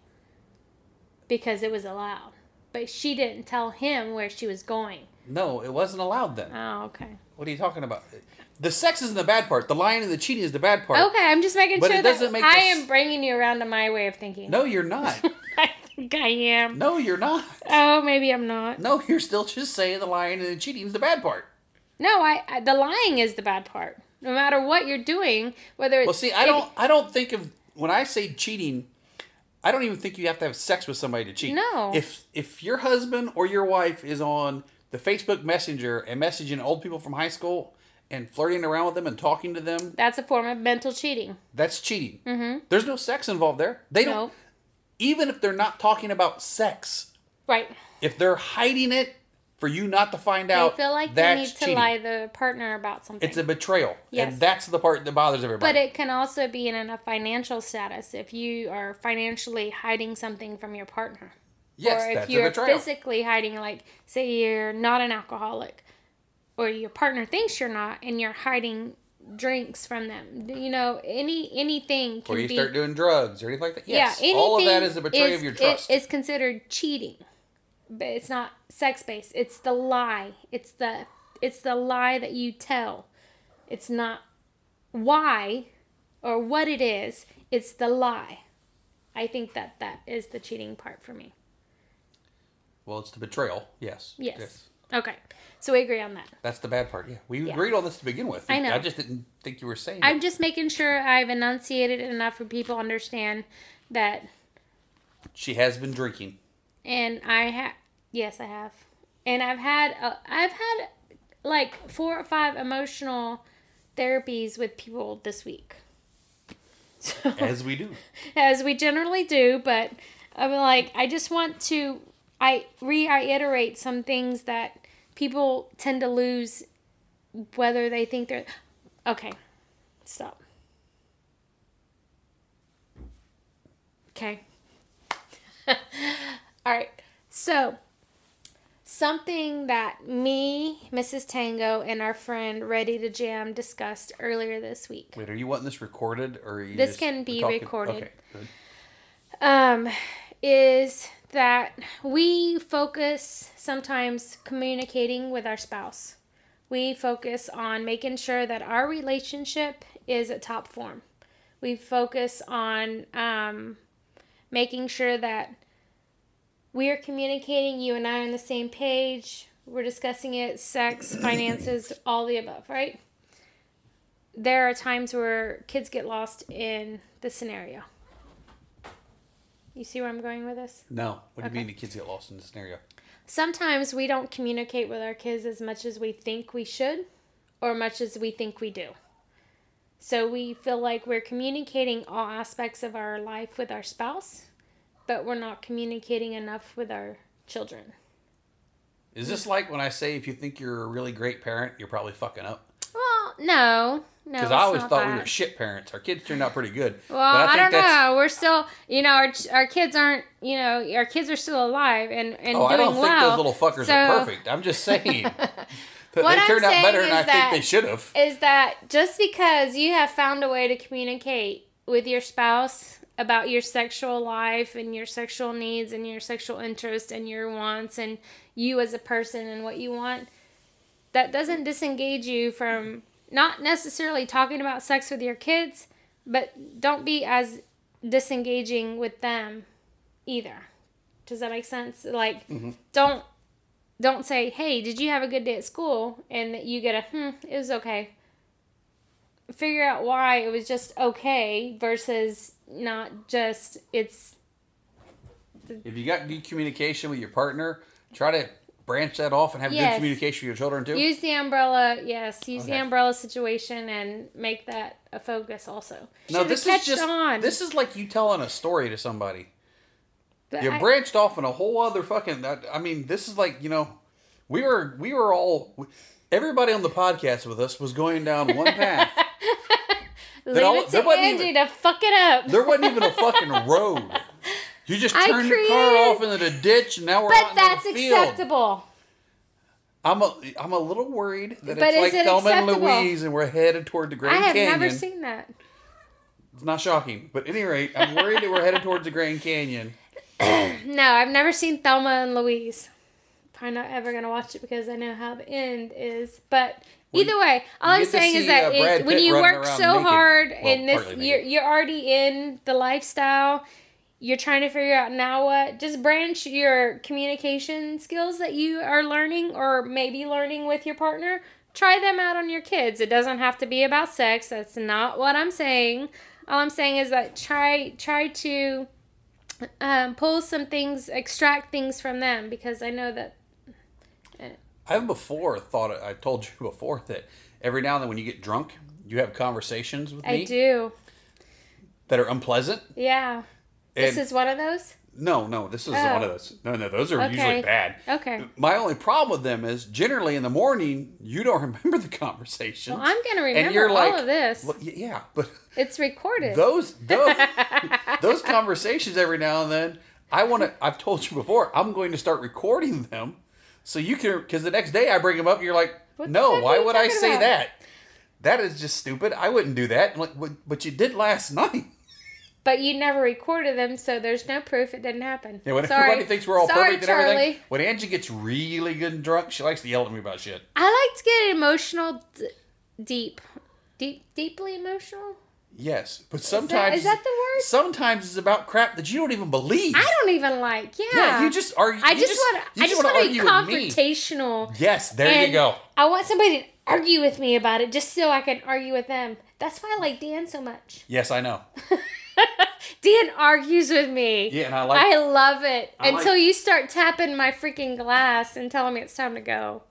because it was allowed. But she didn't tell him where she was going.
No, it wasn't allowed then.
Oh, okay.
What are you talking about? The sex isn't the bad part. The lying and the cheating is the bad part.
Okay, I'm just making
But
sure
it
that
doesn't make
I
the s-
am bringing you around to my way of thinking.
No, you're not.
I think I am.
No, you're not.
Oh, maybe I'm not.
No, you're still just saying the lying and the cheating's the bad part.
No, I, I the lying is the bad part. No matter what you're doing, whether it's
Well, see, I don't I don't think of when I say cheating, I don't even think you have to have sex with somebody to cheat.
No.
If if your husband or your wife is on the Facebook Messenger and messaging old people from high school and flirting around with them and talking to them,
that's a form of mental cheating.
that's cheating. Mm-hmm. There's no sex involved there. They don't
No,
even if they're not talking about sex,
right?
if they're hiding it for you not to find
They
out,
feel like they
that's
need to
cheating.
lie the partner about something.
It's a betrayal,
Yes.
and that's the part that bothers everybody.
But it can also be in a financial status if you are financially hiding something from your partner.
yes,
or if
that's a
you're
betrayal.
physically hiding, like, say you're not an alcoholic or your partner thinks you're not and you're hiding drinks from them. You know, any anything can
or you
be
start doing drugs or anything like that. Yes,
yeah, anything
all of that is a betrayal
is-
of your trust.
It is considered cheating, but it's not sex based. It's the lie. It's the it's the lie that you tell. It's not why or what it is. It's the lie. I think that that is the cheating part for me.
well, it's the betrayal. Yes.
Yes. Okay. So we agree on that.
That's the bad part. Yeah, we agreed on this to begin with.
I know.
I just didn't think you were saying.
I'm
it.
just making sure I've enunciated it enough for people to understand that
She has been drinking.
and I have yes, I have, and I've had uh, I've had like four or five emotional therapies with people this week, so, as,
As we do.
we generally do. But I'm like, I just want to I reiterate some things that people tend to lose, whether they think they're okay. Stop. Okay. All right. So, something that me, Mrs. Tango, and our friend Ready to Jam discussed earlier this week.
Wait, are you wanting this recorded or are you
This
just
can be
talking-
recorded.
Okay, good.
um, is that we focus sometimes communicating with our spouse. We focus on making sure that our relationship is at top form. We focus on um, making sure that we are communicating, you and I are on the same page. We're discussing it, sex, finances, all the above, right? There are times where kids get lost in the scenario. You see where I'm going with this?
No, what do
Okay.
you mean the kids get lost in the scenario?
Sometimes we don't communicate with our kids as much as we think we should or much as we think we do. So we feel like we're communicating all aspects of our life with our spouse, but we're not communicating enough with our children.
Is this like when I say if you think you're a really great parent, you're probably fucking up?
Well, no. No,
Because
it's
I always
not
thought
that.
we were shit parents. Our kids turned out pretty good.
Well, I, don't know. We're still, you know, our, ch- our kids aren't, you know, our kids are still alive and, and
Oh,
doing
I don't think
well.
those little fuckers
so-
are perfect. I'm just saying. that
What
they
I'm
turned out better
saying
than I
is that-
think they should have.
is that just because you have found a way to communicate with your spouse about your sexual life and your sexual needs and your sexual interest and your wants and you as a person and what you want, that doesn't disengage you from not necessarily talking about sex with your kids, but don't be as disengaging with them either. Does that make sense? Like, don't don't say, "Hey, did you have a good day at school?" and that you get a "Hmm, it was okay." Figure out why it was just okay versus not just it's
If you got good communication with your partner, try to branch that off and have
Yes.
good communication with your children too.
use the umbrella. Yes, use the
Okay.
umbrella situation and make that a focus also.
no,
Should've
this is
catched
just this is like you telling a story to somebody.
But
You
I-
branched off in a whole other fucking. I, I mean, this is like you know, we were we were all everybody on the podcast with us was going down one path.
leave
all-
it
there
to
wasn't
Angie
even-
to fuck it up.
There wasn't even a fucking road. You just
I
turned your car
created-
off into the ditch, and now we're out
but
in
that's
the field.
acceptable.
I'm a, I'm a little worried that
But
it's
is
like
it
Thelma
acceptable?
and Louise, and we're headed toward the Grand
I have
Canyon.
never seen that.
It's not shocking, but at any rate, I'm worried that we're headed towards the Grand Canyon.
No, I've never seen Thelma and Louise. Probably not ever gonna watch it because I know how the end is. But either way, all I'm
you get to
saying is
see,
that
uh,
it-
Brad
when
Pitt
you
running
work
around
so
naked.
hard
Well,
in this,
partly
you're
naked.
you're already in the lifestyle. You're trying to figure out now what. Just branch your communication skills that you are learning or maybe learning with your partner. Try them out on your kids. It doesn't have to be about sex. That's not what I'm saying. All I'm saying is that try try to um, pull some things, extract things from them because I know that.
I've before thought I told you before that every now and then when you get drunk, you have conversations with me
I do.
that are unpleasant.
Yeah. this
And-
is one of those.
No, no, this is
Oh.
one of those. No, no, those are
Okay.
usually bad.
Okay.
My only problem with them is generally in the morning you don't remember the conversation.
Well, I'm gonna remember all of this.
yeah, but
It's recorded.
those those those conversations every now and then I want to. I've told you before. I'm going to start recording them so you can because the next day I bring them up. You're like,
What the
no,
fuck are
why
you
would I
talking
say
about?"
that? That is just stupid. I wouldn't do that. I'm like, but, but you did last night.
But you never recorded them, so there's no proof it didn't happen.
Yeah, when
Sorry.
everybody thinks we're all
Sorry,
perfect and
Charlie.
everything, when Angie gets really good and drunk, she likes to yell at me about shit.
I like to get emotional, d- deep, deep, deeply emotional.
Yes, but
that-
sometimes
is that the word?
Sometimes it's about crap that you don't even believe.
I don't even like. Yeah.
Yeah, you just argue.
I
you
just want.
you
I just
wanna
want to be
argue with me.
confrontational.
Yes, there
and
you go.
I want somebody to argue with me about it, just so I can argue with them. That's why I like Dan so much.
Yes, I know.
Dan argues with me.
Yeah, and I like.
I love it
I like-
until you start tapping my freaking glass and telling me it's time to go.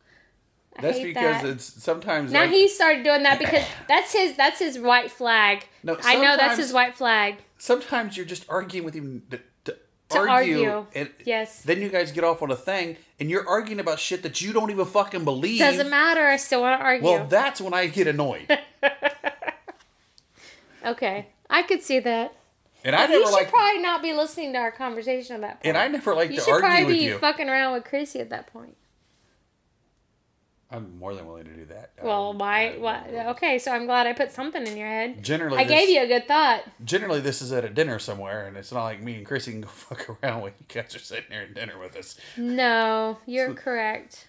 I
that's
hate
because
that.
it's sometimes.
Now
like,
he started doing that because that's his that's his white flag.
No,
I know that's
sometimes-
his white flag.
sometimes you're just arguing with him to, to,
To
argue,
argue.
and
Yes.
then you guys get off on a thing, and you're arguing about shit that you don't even fucking believe.
Doesn't matter. I still want to argue.
Well, that's when I get annoyed,
okay, I could see that.
and I
You
never
should
like,
probably not be listening to our conversation at that point.
and I never like
you
to
should
argue
probably
with
be
you.
fucking around with Chrissy at that point.
I'm more than willing to do that.
Well,
Um,
why?
I-
What? Okay, so I'm glad I put something in your head.
Generally,
I gave
this-
you a good thought.
generally this is at a dinner somewhere, and it's not like me and Chrissy can go fuck around when you guys are sitting there at dinner with us.
No, you're correct.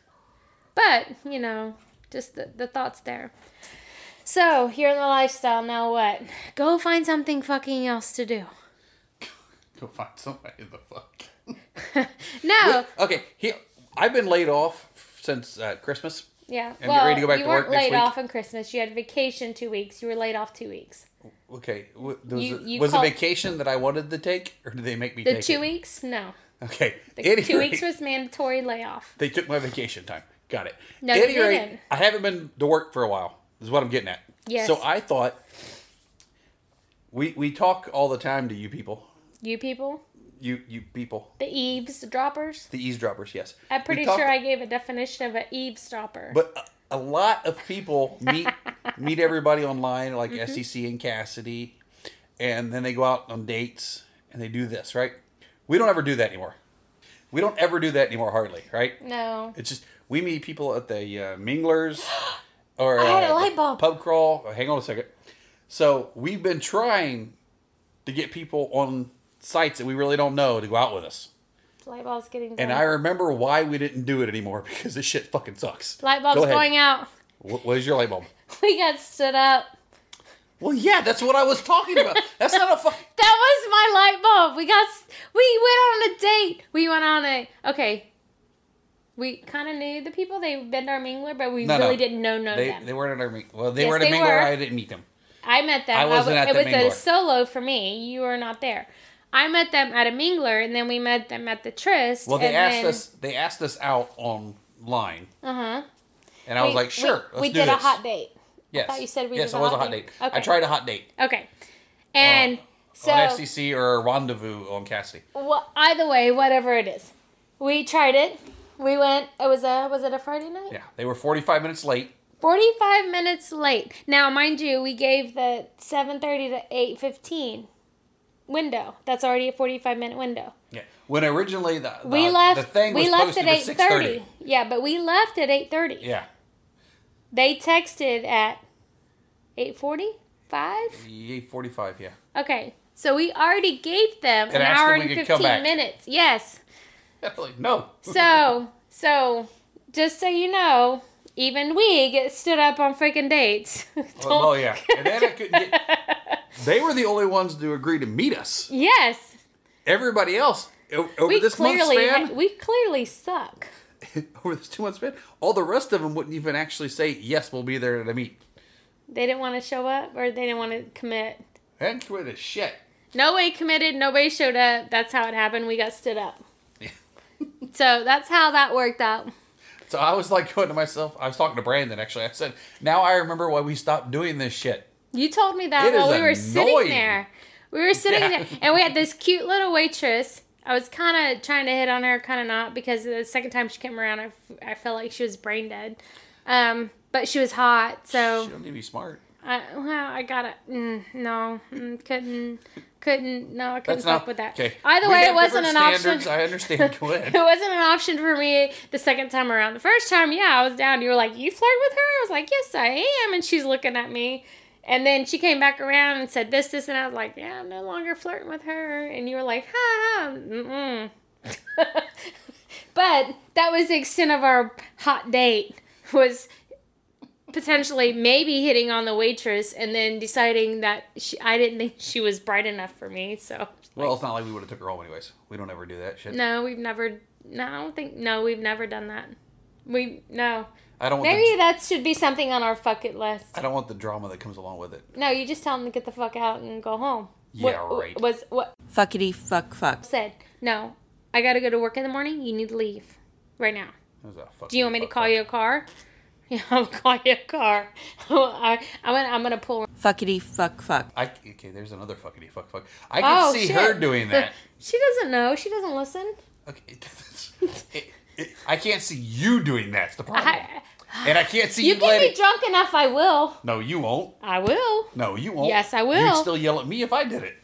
But, you know, just the, the thoughts there. So, you're in the lifestyle, now what? Go find something fucking else to do.
Go find somebody to fuck.
No.
Okay, here I've been laid off since uh, Christmas.
Yeah.
you
well,
ready to go back
you
to
weren't
work next
laid
week?
off on Christmas. You had vacation two weeks. You were laid off two weeks.
Okay, w- there was,
You-
a,
you
was
called-
a vacation that I wanted to take, or did they make me
The
take
two
it?
weeks? No.
Okay,
The
Any
two
rate,
weeks was mandatory layoff.
they took my vacation time. Got it.
No,
Any
you
rate,
didn't.
I haven't been to work for a while. Is what I'm getting at.
Yes.
So I thought we we talk all the time to you people,
You people?
you you people,
The eavesdroppers?
the eavesdroppers. Yes.
I'm
We
pretty
talk-
sure I gave a definition of an eavesdropper.
But a, a lot of people meet meet everybody online,
Mm-hmm.
like SEC and Cassidy, and then they go out on dates and they do this, right? We don't ever do that anymore. We don't ever do that anymore, hardly, right?
no.
It's just we meet people at the uh, minglers or
I had a
uh,
light bulb.
pub crawl. Oh, Hang on a second. So we've been trying to get people on sites that we really don't know to go out with us.
Light bulb's getting
And
dark.
I remember why we didn't do it anymore because this shit fucking sucks.
Light bulb's
Go ahead.
going out.
What what is your light bulb?
We got stood up.
Well, yeah, that's what I was talking about. That's not a fucking.
That was my light bulb. We got s- we went on a date. We went on a okay. We kind of knew the people. They've been to our mingler, but we
No, no.
really didn't know know
They,
them.
they weren't at our meet. Well, they
Yes,
were at a
they
mingle.
were.
I didn't meet them.
I met them.
I
w-
wasn't at
it
the
was a
mingler.
solo for me. You were not there. I met them at a mingler, and then we met them at the tryst.
Well,
and
they asked
then-
us. They asked us out online,
Uh-huh.
and I was like, "Sure, let's
we
do
did
this."
a hot date.
Yes.
thought you said we
yes,
did
it
a
was
hot
a hot
date.
date.
Okay.
I tried a hot date
Okay, and so
Oh, on SCC or Ronda Rendezvous on Cassidy.
Well, either way, whatever it is, we tried it. We went. It was a was it a Friday night?
Yeah, they were forty-five minutes late.
Forty five minutes late. Now, mind you, we gave the seven thirty to eight fifteen window. That's already a forty five minute window.
Yeah, when originally the, the
We left.
the thing
we
was
left
posted
at
for
eight
6:30.
thirty. Yeah, but we left at eight thirty.
Yeah,
They texted at eight forty five.
eight forty-five. Yeah,
Okay, so we already gave them an
asked
hour
if
and
we could come
fifteen
back.
minutes. Yes.
like, no.
So, so just so you know, even we get stood up on freaking dates.
Well, well, yeah, and then I couldn't get. They were the only ones to agree to meet us.
yes.
Everybody else o- over
we
this month
clearly
span,
we clearly suck.
over this two month span, all the rest of them wouldn't even actually say yes. We'll be there at a meet.
They didn't want to show up or they didn't want to commit.
And quit a shit.
Nobody committed. Nobody showed up. That's how it happened. We got stood up. so that's how that worked out.
So I was like going to myself. I was talking to Brandon actually. I said, "Now I remember why we stopped doing this shit."
You told me that
It is
while we were
annoying.
sitting there. We were sitting
Yeah.
there, and we had this cute little waitress. I was kind of trying to hit on her, kind of not, because the second time she came around, I, f- I felt like she was brain dead. Um, but she was hot, so
She don't need to be smart.
I, well, I gotta mm, no, mm, couldn't, couldn't, no, I couldn't
That's
fuck
not
with that.
Okay.
Either
We
way, it
have
wasn't an
different
option.
standards. I understand. Go
it
ahead.
wasn't an option for me the second time around. The first time, yeah, I was down. You were like, "You flirt with her?" I was like, "Yes, I am," and she's looking at me. And then she came back around and said this, this, and I was like, "Yeah, I'm no longer flirting with her." And you were like, "Ha ha, mm." but that was the extent of our hot date. Was potentially maybe hitting on the waitress and then deciding that she, I didn't think she was bright enough for me. So
Well, it's not like we would have took her home anyways. We don't ever do that shit.
no, we've never. No, I don't think. No, we've never done that. We no.
I don't want.
Maybe
The,
that should be something on our fuck it list.
I don't want the drama that comes along with it.
No, you just tell them to get the fuck out and go home.
Yeah,
what,
right.
Was what
Fuckity fuck fuck.
said? No, I gotta go to work in the morning. You need to leave right now.
It was a fuck
Do you want me to
fuck,
call
fuck.
you a car? Yeah, I'll call you a car. I, I'm gonna, I'm gonna pull.
Fuckity fuck fuck.
I okay. There's another fuckity fuck fuck. I can see
Oh, shit.
her doing that.
she doesn't know. She doesn't listen.
Okay. It- it- I can't see you doing that's the problem.
I,
and I can't see
you
you,
get
letting.
me drunk enough. I will.
no, you won't.
I will.
No, you won't.
Yes, I
You'd
will.
still yell at me if I did it.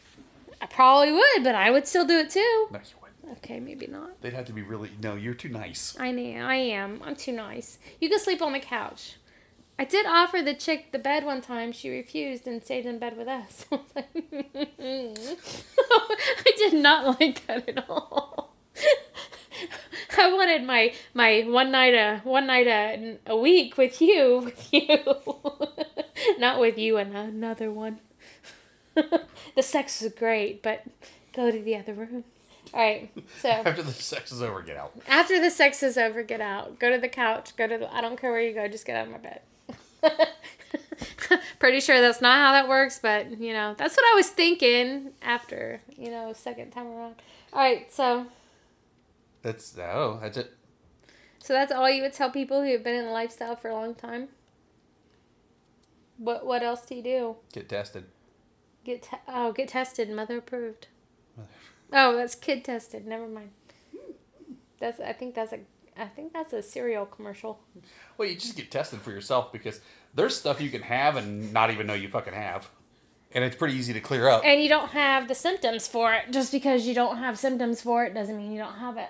I probably would, but I would still do it too.
No, you wouldn't.
Okay, maybe not.
They'd have to be really. No, you're too nice.
I know. I am. I'm too nice. You can sleep on the couch. I did offer the chick the bed one time. She refused and stayed in bed with us. I was like, I did not like that at all. I wanted my my one night a one night a, a week with you with you, not with you and another one. the sex was great, but go to the other room. All right, so
After the sex is over, get out.
after the sex is over, get out. Go to the couch. Go to the, I don't care where you go. Just get out of my bed. Pretty sure that's not how that works, but you know that's what I was thinking after you know second time around. All right, so
That's oh, that's it.
so that's all you would tell people who have been in the lifestyle for a long time. What what else do you do?
Get tested.
Get te- oh get tested, mother approved. Oh, that's kid tested. Never mind. That's I think that's a I think that's a cereal commercial.
Well, you just get tested for yourself because there's stuff you can have and not even know you fucking have, and it's pretty easy to clear up.
and you don't have the symptoms for it. Just because you don't have symptoms for it doesn't mean you don't have it.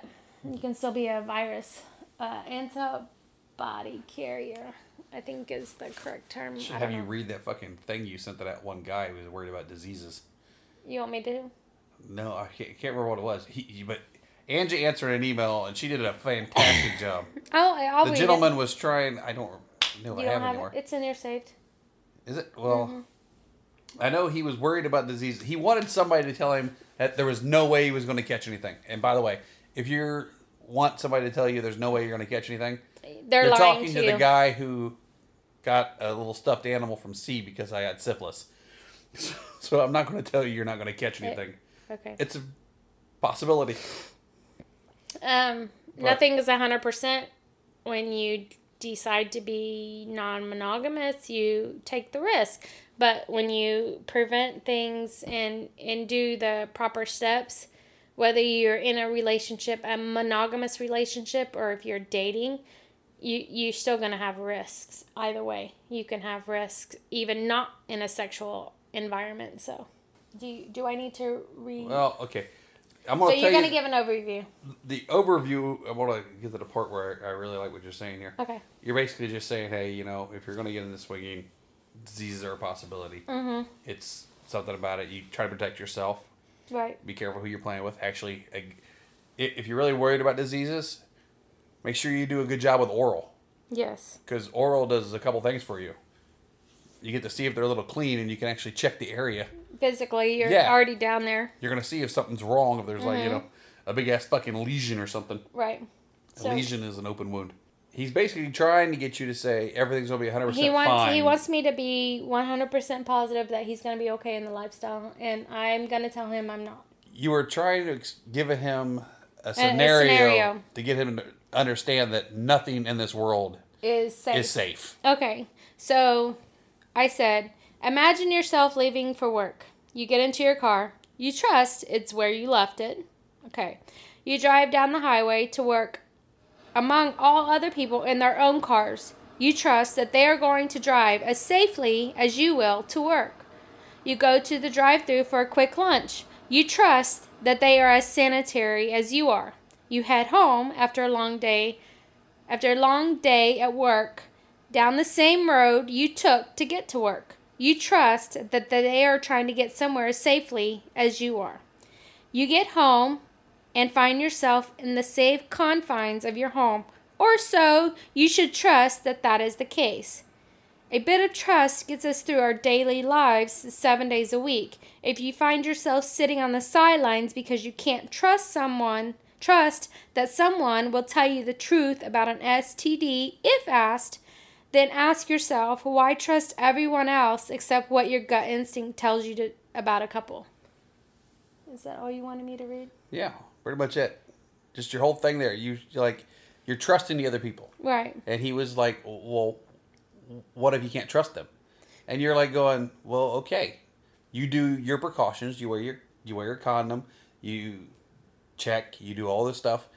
You can still be a virus uh, antibody carrier. I think is the correct term.
Should
I
have
don't
you
know.
read that fucking thing you sent to that one guy who was worried about diseases.
You want me to?
No, I can't, can't remember what it was. He, he- but Angie answered an email and she did a fantastic job.
Oh, I- I'll
The
read
gentleman was trying. I don't know.
It.
I
You don't
have
have
anymore.
it. Mm-hmm. It's in your saved.
Is it? Well, I know he was worried about disease. He wanted somebody to tell him that there was no way he was going to catch anything. And by the way, if you want somebody to tell you there's no way you're going to catch anything,
They're
you're
lying
talking
to,
to,
you.
the guy who got a little stuffed animal from sea because I had syphilis. So, so I'm not going to tell you you're not going to catch anything.
Okay.
It's a possibility.
Um, nothing is hundred percent. When you decide to be non-monogamous, you take the risk. But when you prevent things and and do the proper steps, whether you're in a relationship, a monogamous relationship, or if you're dating, you you're still gonna have risks either way. You can have risks even not in a sexual environment. So, do you, do I need to read?
Well, okay. I'm
so
going to
you're
tell
gonna
you
give an overview.
the overview. I want to get to the part where I really like what you're saying here.
Okay.
you're basically just saying, hey, you know, if you're going to get into swinging, diseases are a possibility. Mm-hmm. It's something about it. You try to protect yourself.
Right.
Be careful who you're playing with. Actually, a- i- if you're really worried about diseases, make sure you do a good job with oral
Yes.
because oral does a couple things for you. you get to see if they're a little clean, and you can actually check the area.
Physically, you're
Yeah.
already down there.
You're gonna see if something's wrong. If there's like
Mm-hmm.
you know a big ass fucking lesion or something.
Right.
a lesion is an open wound. He's basically trying to get you to say everything's gonna be 100 percent
he wants
fine.
he wants me to be 100% positive that he's going to be okay in the lifestyle and I'm going to tell him I'm not.
you were trying to ex- give him a scenario,
scenario.
to get him to understand that nothing in this world
Is safe.
is safe.
Okay. So I said, imagine yourself leaving for work. You get into your car. You trust it's where you left it. Okay. You drive down the highway to work among all other people in their own cars. You trust that they are going to drive as safely as you will to work. You go to the drive through for a quick lunch. You trust that they are as sanitary as you are. You head home after a long day after a long day at work down the same road you took to get to work. You trust that they are trying to get somewhere as safely as you are. You get home and find yourself in the safe confines of your home, or so you should trust that that is the case. A bit of trust gets us through our daily lives seven days a week. If you find yourself sitting on the sidelines because you can't trust someone, trust that someone will tell you the truth about an STD if asked, then ask yourself why trust everyone else except what your gut instinct tells you to, about a couple. Is that all you wanted me to read?
Yeah, pretty much it. Just your whole thing there. You you're like you're trusting the other people,
Right.
and he was like, "Well, what if you can't trust them?" And you're like going, "Well, okay, you do your precautions. You wear your you wear your condom. You check. You do all this stuff.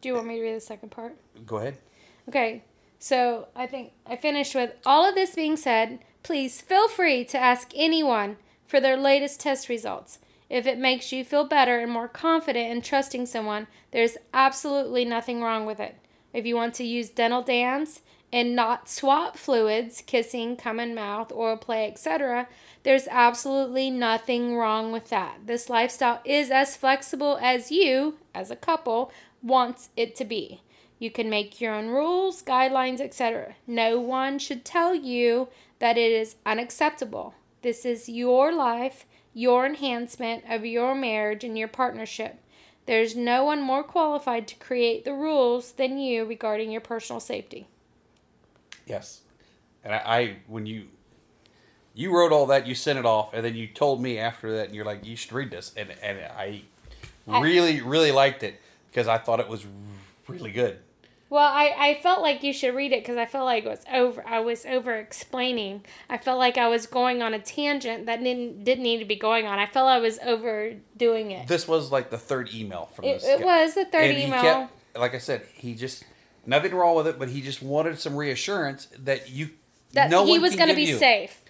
Do you want me to read the second part?
Go ahead.
Okay, so I think I finished with all of this being said, please feel free to ask anyone for their latest test results. If it makes you feel better and more confident in trusting someone, there's absolutely nothing wrong with it. If you want to use dental dams and not swap fluids, kissing, common mouth, oral play, etc., there's absolutely nothing wrong with that. This lifestyle is as flexible as you, as a couple, wants it to be. You can make your own rules, guidelines, etc. No one should tell you that it is unacceptable. This is your life, your enhancement of your marriage and your partnership. There's no one more qualified to create the rules than you regarding your personal safety.
Yes. And I, I when you you wrote all that, you sent it off, and then you told me after that, and you're like, you should read this, and and I
I-
really really liked it because I thought it was really good.
Well, I, I felt like you should read it because I felt like it was over. I was over explaining. I felt like I was going on a tangent that didn't didn't need to be going on. I felt I was overdoing it.
This was like the third email from
It,
this.
it
guy.
was the third
And he
email.
kept- like I said, he just nothing wrong with it, but he just wanted some reassurance that you
that
no
he
one
was
can
going to
give
be
you-
safe.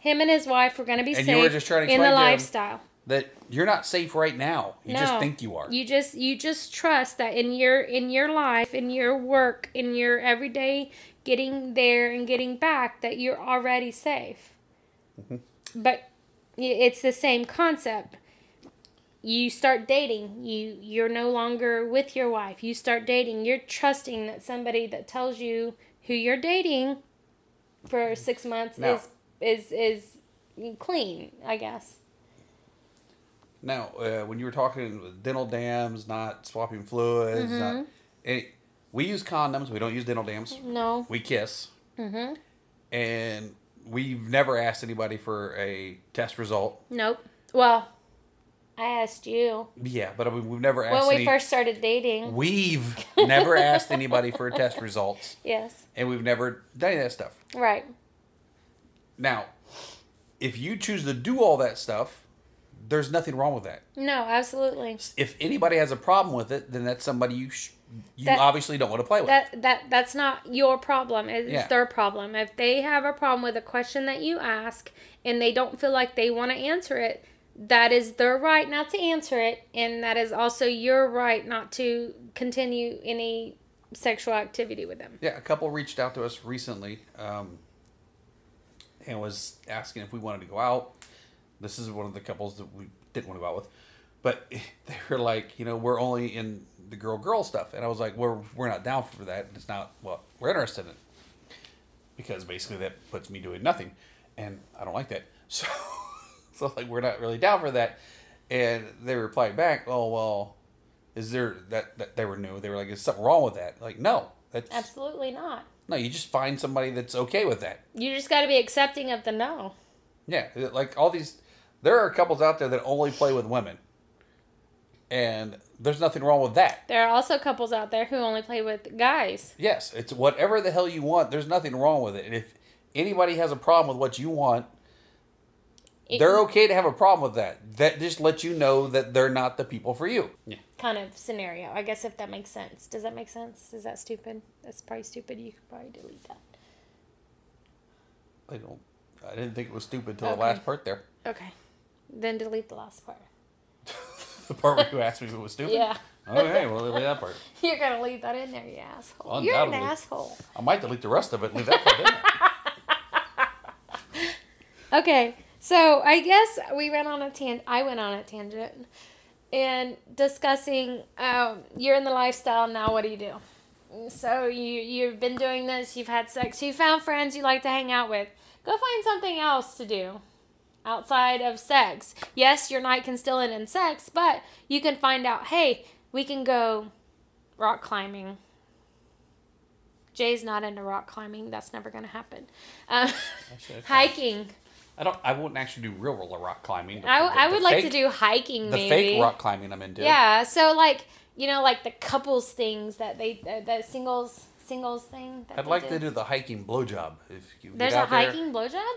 Him and his wife were going to be
And
safe
you were just trying to
in the
explain to him-
lifestyle.
that you're not safe right now. You just think you are.
You just you just trust that in your in your life, in your work, in your everyday getting there and getting back that you're already safe. But y- it's the same concept. You start dating, you you're no longer with your wife. You start dating, you're trusting that somebody that tells you who you're dating for 6 months
Now-
is is is clean, I guess.
Now, uh, when you were talking with dental dams, not swapping fluids,
Mm-hmm.
not, it, we use condoms. We don't use dental dams.
No.
We kiss. Mm-hmm. And we've never asked anybody for a test result.
Nope. Well, I asked you
Yeah, but I mean, we've never asked.
when we
any-
first started dating.
We've never asked anybody for test results,
yes.
and we've never done any of that stuff.
Right.
Now, if you choose to do all that stuff, there's nothing wrong with that.
No, absolutely.
If anybody has a problem with it, then that's somebody you sh- you
That-
obviously don't want to play with.
That that that's not your problem. It's
Yeah.
their problem. If they have a problem with a question that you ask and they don't feel like they want to answer it, that is their right not to answer it, and that is also your right not to continue any sexual activity with them.
Yeah, a couple reached out to us recently um, and was asking if we wanted to go out. This is one of the couples that we didn't want to go out with, but they were like, you know, we're only in the girl girl stuff, and I was like, we're we're not down for that. It's not what we're interested in because basically that puts me doing nothing, and I don't like that. So, so like we're not really down for that. And they replied back, "Oh well, is there that, that they were new? They were like, is something wrong with that? Like, no, that's
Absolutely not.
no. You just find somebody that's okay with that.
You just got to be accepting of the no.
Yeah, like all these, there are couples out there that only play with women, and there's nothing wrong with that.
There are also couples out there who only play with guys.
Yes, it's whatever the hell you want. There's nothing wrong with it. And if anybody has a problem with what you want,
It
they're okay to have a problem with that. That just lets you know that they're not the people for you. Yeah.
Kind of scenario. I guess if that makes sense. Does that make sense? Is that stupid? That's probably stupid. You could probably delete that.
I don't. I didn't think it was stupid till
Okay.
the last part there.
Okay. Then delete the last part.
The part where you asked me if it was stupid.
Yeah.
Okay, well, leave that part.
You're going to leave that in there, you asshole.
Well,
You're an
undoubtedly.
asshole.
I might delete the rest of it. Leave that part in. there.
Okay, so I guess we went on a tan. I went on a tangent, and discussing um, you're in the lifestyle now. What do you do? So you you've been doing this. You've had sex. You found friends you like to hang out with. Go find something else to do outside of sex. Yes, your night can still end in sex, but you can find out. Hey, we can go rock climbing. Jay's not into rock climbing. That's never gonna happen. Um,
Actually, that's fine.
hiking.
I don't. I wouldn't actually do real rock climbing. but
I,
the-
I
the
would like to
fake-
do hiking
the
maybe.
fake rock climbing. I'm into.
Yeah, so like you know, like the couples things that they uh, the singles singles thing. That
I'd
they
like to do the hiking blowjob if you get
There's a
out there.
hiking blowjob.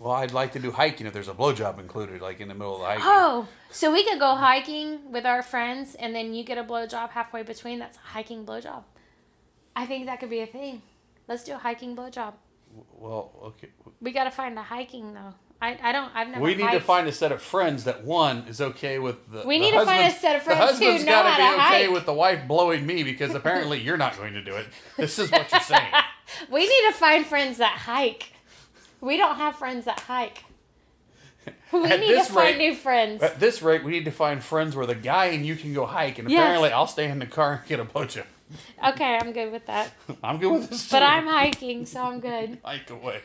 Well, I'd like to do hiking if there's a blowjob included, like in the middle of the hiking.
Oh, so we could go hiking with our friends, and then you get a blowjob halfway between. That's a hiking blowjob. I think that could be a thing. Let's do a hiking blowjob.
Well, okay.
We gotta find a hiking though. I, I don't. I've never.
we need to
hiked.
find a set of friends that one is okay with the.
We
the
need to find a
husband's-
set of friends who
The husband's
know
gotta
how
be
to
okay
hike.
with the wife blowing me because apparently you're not going to do it. This is what you're saying.
We need to find friends that hike. We don't have friends that hike. We
At
need to
this
find
rate- uh,
new friends.
At this rate, we need to find friends where the guy and you can go hike, and
Yes.
apparently I'll stay in the car and get a blowjob.
Okay, I'm good with that.
I'm good with this.
But
too.
I'm hiking, so I'm good.
hike away.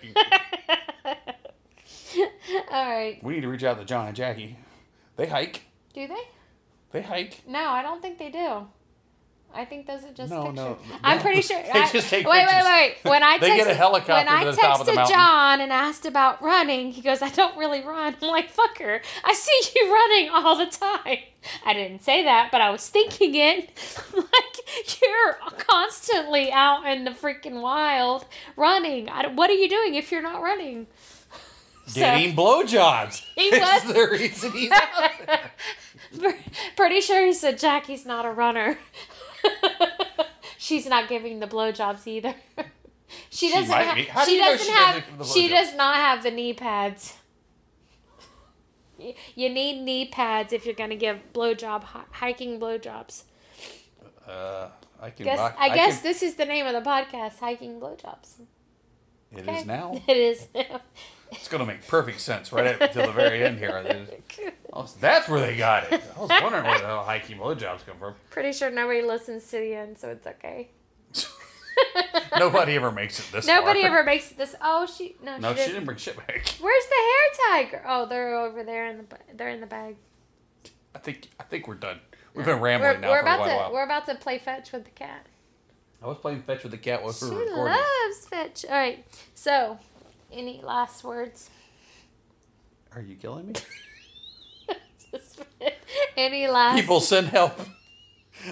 All right.
we need to reach out to John and Jackie. They hike.
Do they?
They hike.
No, I don't think they do. I think those are just
No,
pictures.
no,
I'm
no.
pretty sure.
They
I-
just take
wait,
pictures.
wait, wait. When I
They
text,
get a helicopter
when I
to the top of the
texted
mountain.
John and asked about running, he goes, "I don't really run." I'm like, "Fucker, I see you running all the time." I didn't say that, but I was thinking it. I'm like, you're constantly out in the freaking wild running. I don't- what are you doing if you're not running? So-
Getting blowjobs.
He
Is
was-
the reason he's out there.
Pretty sure he said Jackie's not a runner. She's not giving the blowjobs either. She doesn't.
might
ha-
be. How do
she
you know
doesn't
she doesn't give the
have. She
blowjobs?
does not have the knee pads. Y- You need knee pads if you're gonna give blowjob hi- hiking blowjobs.
Uh, I can
Guess
rock.
I, guess
can-
this is the name of the podcast: hiking blowjobs.
it is now.
It is now.
It's gonna make perfect sense right up until the very end here. Oh, so that's where they got it. I was wondering where the hell hiking blowjobs come from.
Pretty sure nobody listens to the end, so it's okay.
Nobody ever makes it this
Nobody
far.
ever makes this. Oh, she no.
No,
she, didn't.
she didn't bring shit back.
Where's the hair tie? gr- Oh, they're over there in the ba- they're in the bag.
I think I think we're done. We've been rambling
We're,
now
we're
for a
about
while.
to
while.
we're about to play fetch with the cat.
I was playing fetch with the cat while
She
we were recording.
loves fetch. All right. So, any last words?
Are you killing me?
Just- any last
People send help.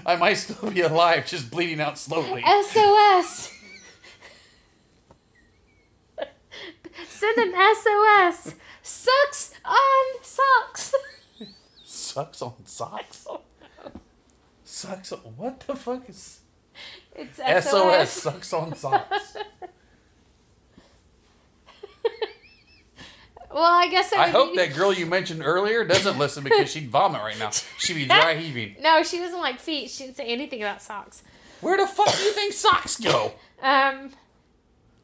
I might still be alive, just bleeding out slowly.
SOS. Send an SOS. Sucks on socks.
Sucks on socks. Sucks on what the fuck is
It's
SOS,
SOS.
sucks on socks.
Well, I guess
I
would
hope
be-
that girl you mentioned earlier doesn't listen because she'd vomit right now. She'd be dry heaving.
No, she doesn't like feet. She didn't say anything about socks.
Where the fuck do you think socks go?
Um,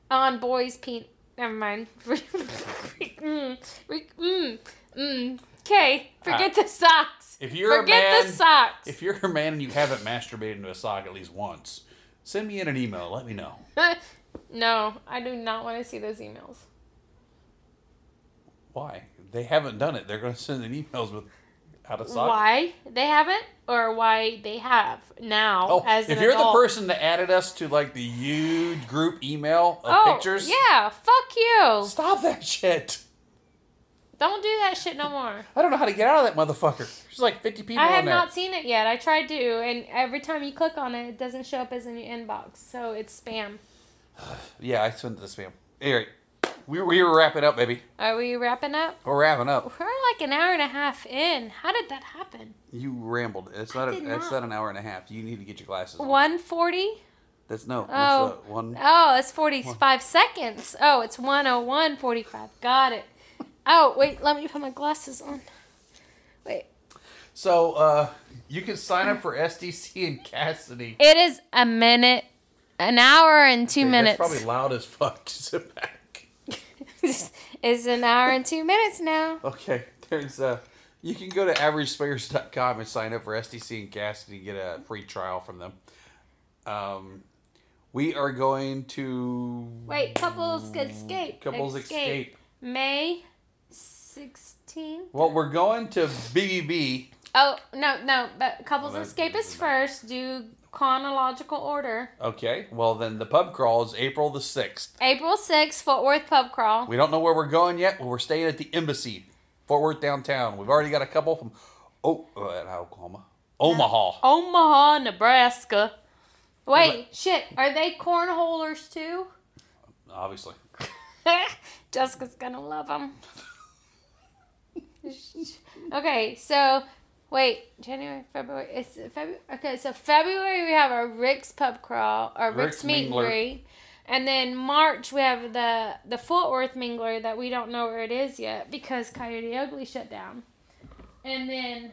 on boys' peen. Never mind. mm, re- mm, mm. Okay, forget the socks.
If you're a
forget the
man-
socks.
If you're a man and you haven't masturbated into a sock at least once, send me in an email. Let me know.
No, I do not want to see those emails.
Why? They haven't done it. They're going to send in emails with out of sock.
Why they haven't, or why they have now
Oh,
as
if
an
you're
adult.
the person that added us to like the huge group email of
oh,
pictures,
yeah, fuck you.
stop that shit.
Don't do that shit no more.
I don't know how to get out of that motherfucker. There's like 50 people
I
on
have
there.
not seen it yet. I tried to, and every time you click on it, it doesn't show up as in your inbox, so it's spam.
Yeah, I sent it to spam. Anyway, we, we were wrapping up, baby.
Are we wrapping up?
We're wrapping up.
We're like an hour and a half in. How did that happen?
You rambled. It's not. A,
did not.
it's not an hour and a half. You need to get your glasses. on.
One forty.
That's no.
Oh.
That's uh, one.
Oh, it's 45 seconds. Oh, it's 101.45. Got it. Oh, wait, let me put my glasses on. Wait.
So uh, you can sign up for SDC and Cassidy.
It is a minute, an hour and two
Okay,
minutes.
That's probably loud as fuck. to Sit back.
it's an hour and two minutes now.
Okay. There's uh, you can go to averageplayers.com and sign up for SDC and Cassidy and get a free trial from them. Um, we are going to
Wait, couples escape.
couples escape.
May 16th.
Well, we're going to BBB.
Oh, no, no, but couples
Well, that-
escape is first. Do chronological order.
Okay. Well, then the pub crawl is April the sixth.
April 6th, Fort Worth Pub Crawl.
We don't know where we're going yet, but we're staying at the embassy, Fort Worth downtown. We've already got a couple from oh, uh, at Oklahoma, Omaha.
Omaha, Nebraska. Wait, shit. Are they cornholers too?
Obviously,
Jessica's gonna love them. okay, so wait, January, February. It's February. Okay, so February we have our Rick's pub crawl or Rick's,
Rick's
meet
Mingler.
and greet, and then March we have the the Fort Worth Mingler that we don't know where it is yet because Coyote Ugly shut down, and then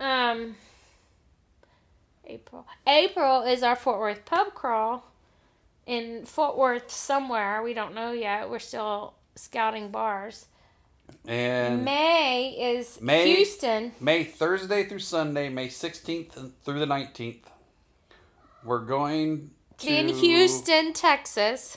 um. April. April is our Fort Worth pub crawl in Fort Worth somewhere. We don't know yet. We're still scouting bars.
and May,
May is
May-
Houston.
Thursday through Sunday, May sixteenth through the nineteenth, we're going to
In Houston, Texas.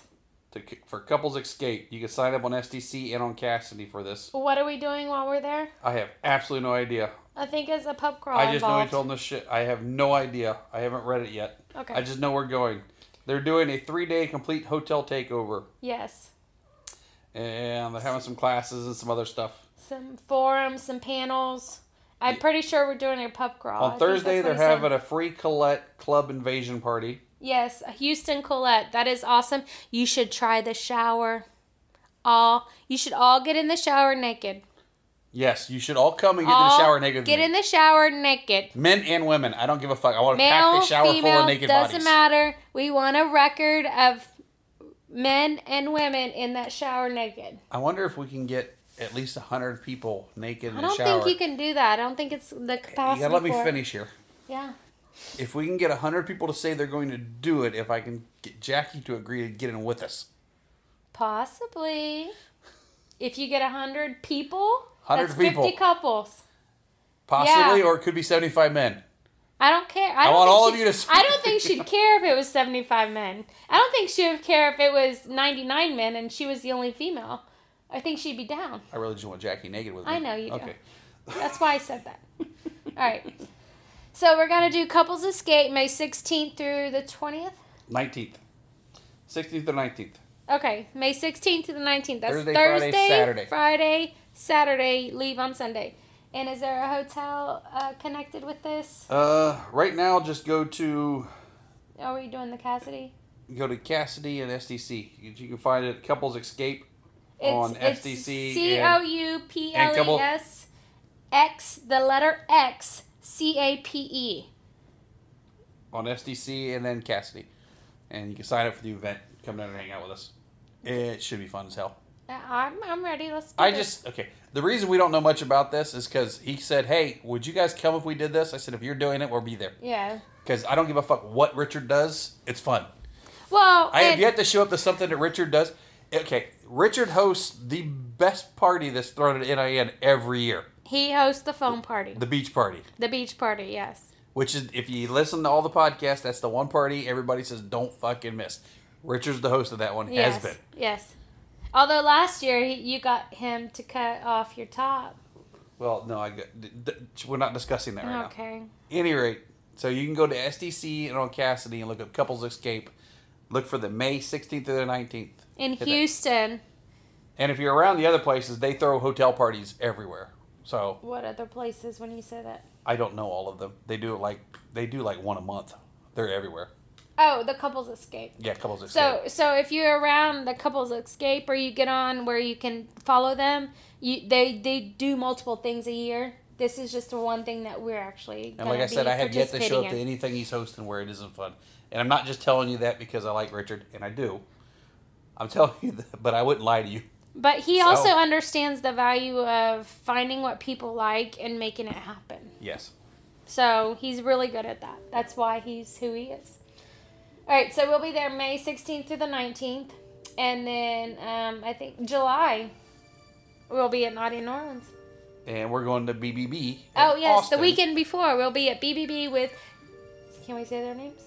to, for couples escape. You can sign up on SDC and on Cassidy for this.
What are we doing while we're there?
I have absolutely no idea.
I think it's a pub crawl.
I just know he
involved.
told this shit. I have no idea. I haven't read it yet.
Okay.
I just know we're going. They're doing a three-day complete hotel takeover.
Yes.
and they're having some classes and some other stuff.
Some forums, some panels. I'm pretty sure we're doing a pub crawl. Oh, I
On
think
Thursday,
that's what
they're
he said.
having a free Colette Club Invasion party.
Yes, Houston Colette. That is awesome. You should try the shower. All you should all get in the shower naked.
Yes, you should all come and get in
All
the shower naked. with
Get
me.
in the shower naked.
Men and women. I don't give a fuck. I want to
Male,
pack the shower
female,
full of naked
doesn't
bodies.
matter. We want a record of men and women in that shower naked.
I wonder if we can get at least hundred people naked in
I
the
don't
shower.
think you can do that. I don't think it's the capacity.
You gotta let me
for it.
finish here.
Yeah.
If we can get hundred people to say they're going to do it, if I can get Jackie to agree to get in with us,
Possibly. If you get a hundred people,
100
that's
people.
fifty couples.
possibly,
Yeah.
or it could be seventy-five men.
I don't care. I, don't
want
think
all of
she-
you to-
I don't think she'd care if it was seventy-five men. I don't think she would care if it was ninety-nine men and she was the only female. I think she'd be down.
I really just want Jackie naked with me.
I know you do.
Okay.
That's why I said that. All right. So we're gonna do couples escape May sixteenth through the twentieth.
Nineteenth, sixteenth or nineteenth.
Okay, May sixteenth to the nineteenth. That's
Thursday,
Thursday,
Friday, Saturday.
Friday, Saturday, Leave on Sunday. And is there a hotel uh, connected with this?
Uh, right now, just go to
Are we doing the Cassidy?
go to Cassidy and SDC. You, you can find it at Couples Escape on SDC
C O U P
and
L
couple-
E S X, the letter X, C A P E.
on SDC and then Cassidy, and you can sign up for the event. Come down and hang out with us. It should be fun as hell.
I'm, I'm ready. Let's do
I
this.
just okay. The reason we don't know much about this is because he said, "Hey, would you guys come if we did this?" I said, "If you're doing it, we'll be there."
Yeah.
Because I don't give a fuck what Richard does. It's fun.
Well,
I have
and-
yet to show up to something that Richard does. Okay, Richard hosts the best party that's thrown at NIN every year.
He hosts the phone party,
The beach party,
the beach party. Yes.
which is if you listen to all the podcasts, that's the one party everybody says don't fucking miss. Richard's the host of that one.
Yes.
Has been.
Yes. Although last year he, you got him to cut off your top.
Well, no, I got, d- d- we're not discussing that right now.
okay.
Any rate, so you can go to SDC and on Cassidy and look up Couples Escape. Look for the May 16th through the 19th.
In
Hit that.
Houston,
And if you're around the other places, they throw hotel parties everywhere. So
what other places when you say that?
I don't know all of them. They do it like they do like one a month. They're everywhere.
Oh, the couples escape.
Yeah, couples escape.
So so if you're around the couples escape or you get on where you can follow them, you they they do multiple things a year. This is just the one thing that we're actually
and like I
gonna
said,
be
I have yet to show up to
participating in.
anything he's hosting where it isn't fun. And I'm not just telling you that because I like Richard, and I do. I'm telling you, that, but I wouldn't lie to you.
But he
So-
also understands the value of finding what people like and making it happen.
Yes.
So he's really good at that. That's why he's who he is. All right, so we'll be there May 16th through the 19th. And then um, I think July, we'll be at Naughty New Orleans.
And we're going to BBB. at
Oh, yes,
Austin.
the weekend before, we'll be at BBB with. Can we say their names?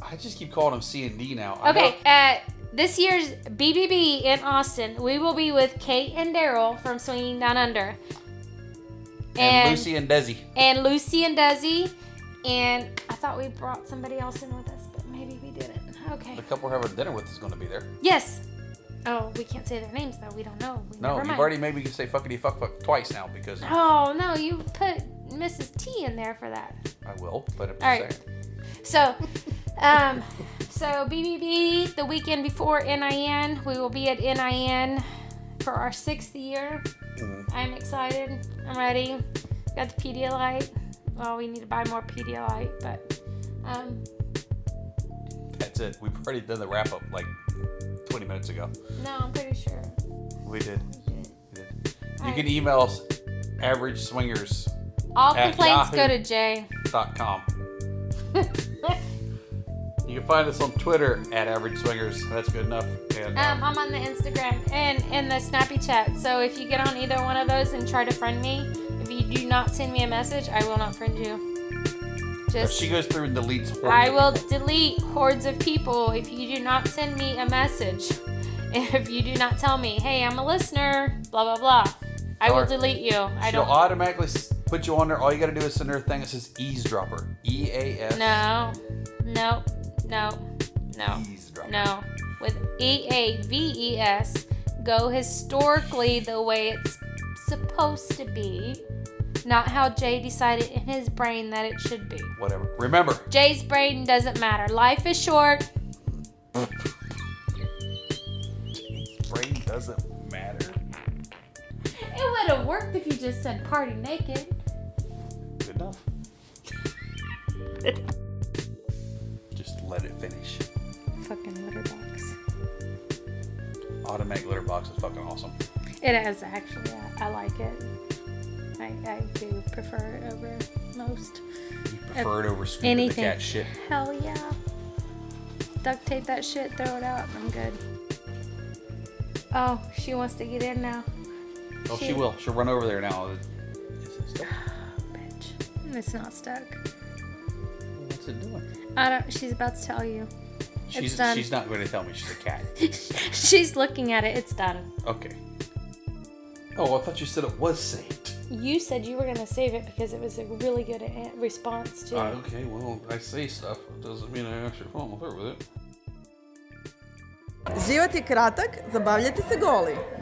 I just keep calling them C and D now. I
Okay,
know-
at this year's BBB in Austin, we will be with Kate and Daryl from Swinging Down Under.
And, Lucy and Desi.
and Lucy and Desi. And I thought we brought somebody else in with us, but maybe we didn't. Okay.
The couple we're having dinner with is going to be there.
Yes. Oh, we can't say their names though. We don't know. We-
No,
never
you've
mind.
already made me say fuckity fuck fuck twice now because
Oh no, you put Mrs. T in there for that.
I will. But I'm just
All right.
saying.
So, um, so BBB the weekend before NIN, we will be at NIN for our sixth year.
Mm-hmm.
I'm excited. I'm ready. Got the Pedialyte. Well, we need to buy more Pedialyte, but um,
That's it. We've already done the wrap up like 20 minutes ago.
no, I'm pretty sure.
We did.
we did.
You
Alright.
can email us averageswingers.com.
All
At
complaints
Yahoo.
go to Jay.
You can find us on Twitter at Average Swingers. That's good enough. And
um,
um,
I'm on the Instagram and and the Snappy Chat. So if you get on either one of those and try to friend me, if you do not send me a message, I will not friend you.
if
Just
she goes through and deletes hordes
I
of
will
people.
delete hordes of people if you do not send me a message. If you do not tell me, hey, I'm a listener, blah blah blah. I
Or
will delete you. I
She'll
don't.
automatically s- put you on there. All you got to do is send her a thing that says eavesdropper. E A S.
No, no, no, no.
Eavesdropper.
No, with E A V E S, go historically the way it's supposed to be, not how Jay decided in his brain that it should be.
Whatever. Remember,
Jay's brain doesn't matter. Life is short.
brain doesn't matter.
It would have worked if you just said party naked.
Good enough. Just let it finish.
Fucking litter box.
Automatic litter box is fucking awesome.
It is actually. I, I like it. I, I do prefer it over most.
You prefer it over scooping
anything.
the cat shit.
Hell yeah. Duct tape that shit, throw it out, I'm good. Oh, she wants to get in now.
Oh, she
Shit.
will. She'll run over there now. Is it still-
Bitch. It's not stuck.
What's it doing?
I don't she's about to tell you.
She's,
done.
she's not going to tell me she's a cat.
she's looking at it, it's done.
Okay. Oh, I thought you said it was saved.
You said you were gonna save it because it was a really good a- response to
Uh, okay, well, I say stuff. It doesn't mean I actually follow through with it.
Život je kratak, zabavljajte se goli.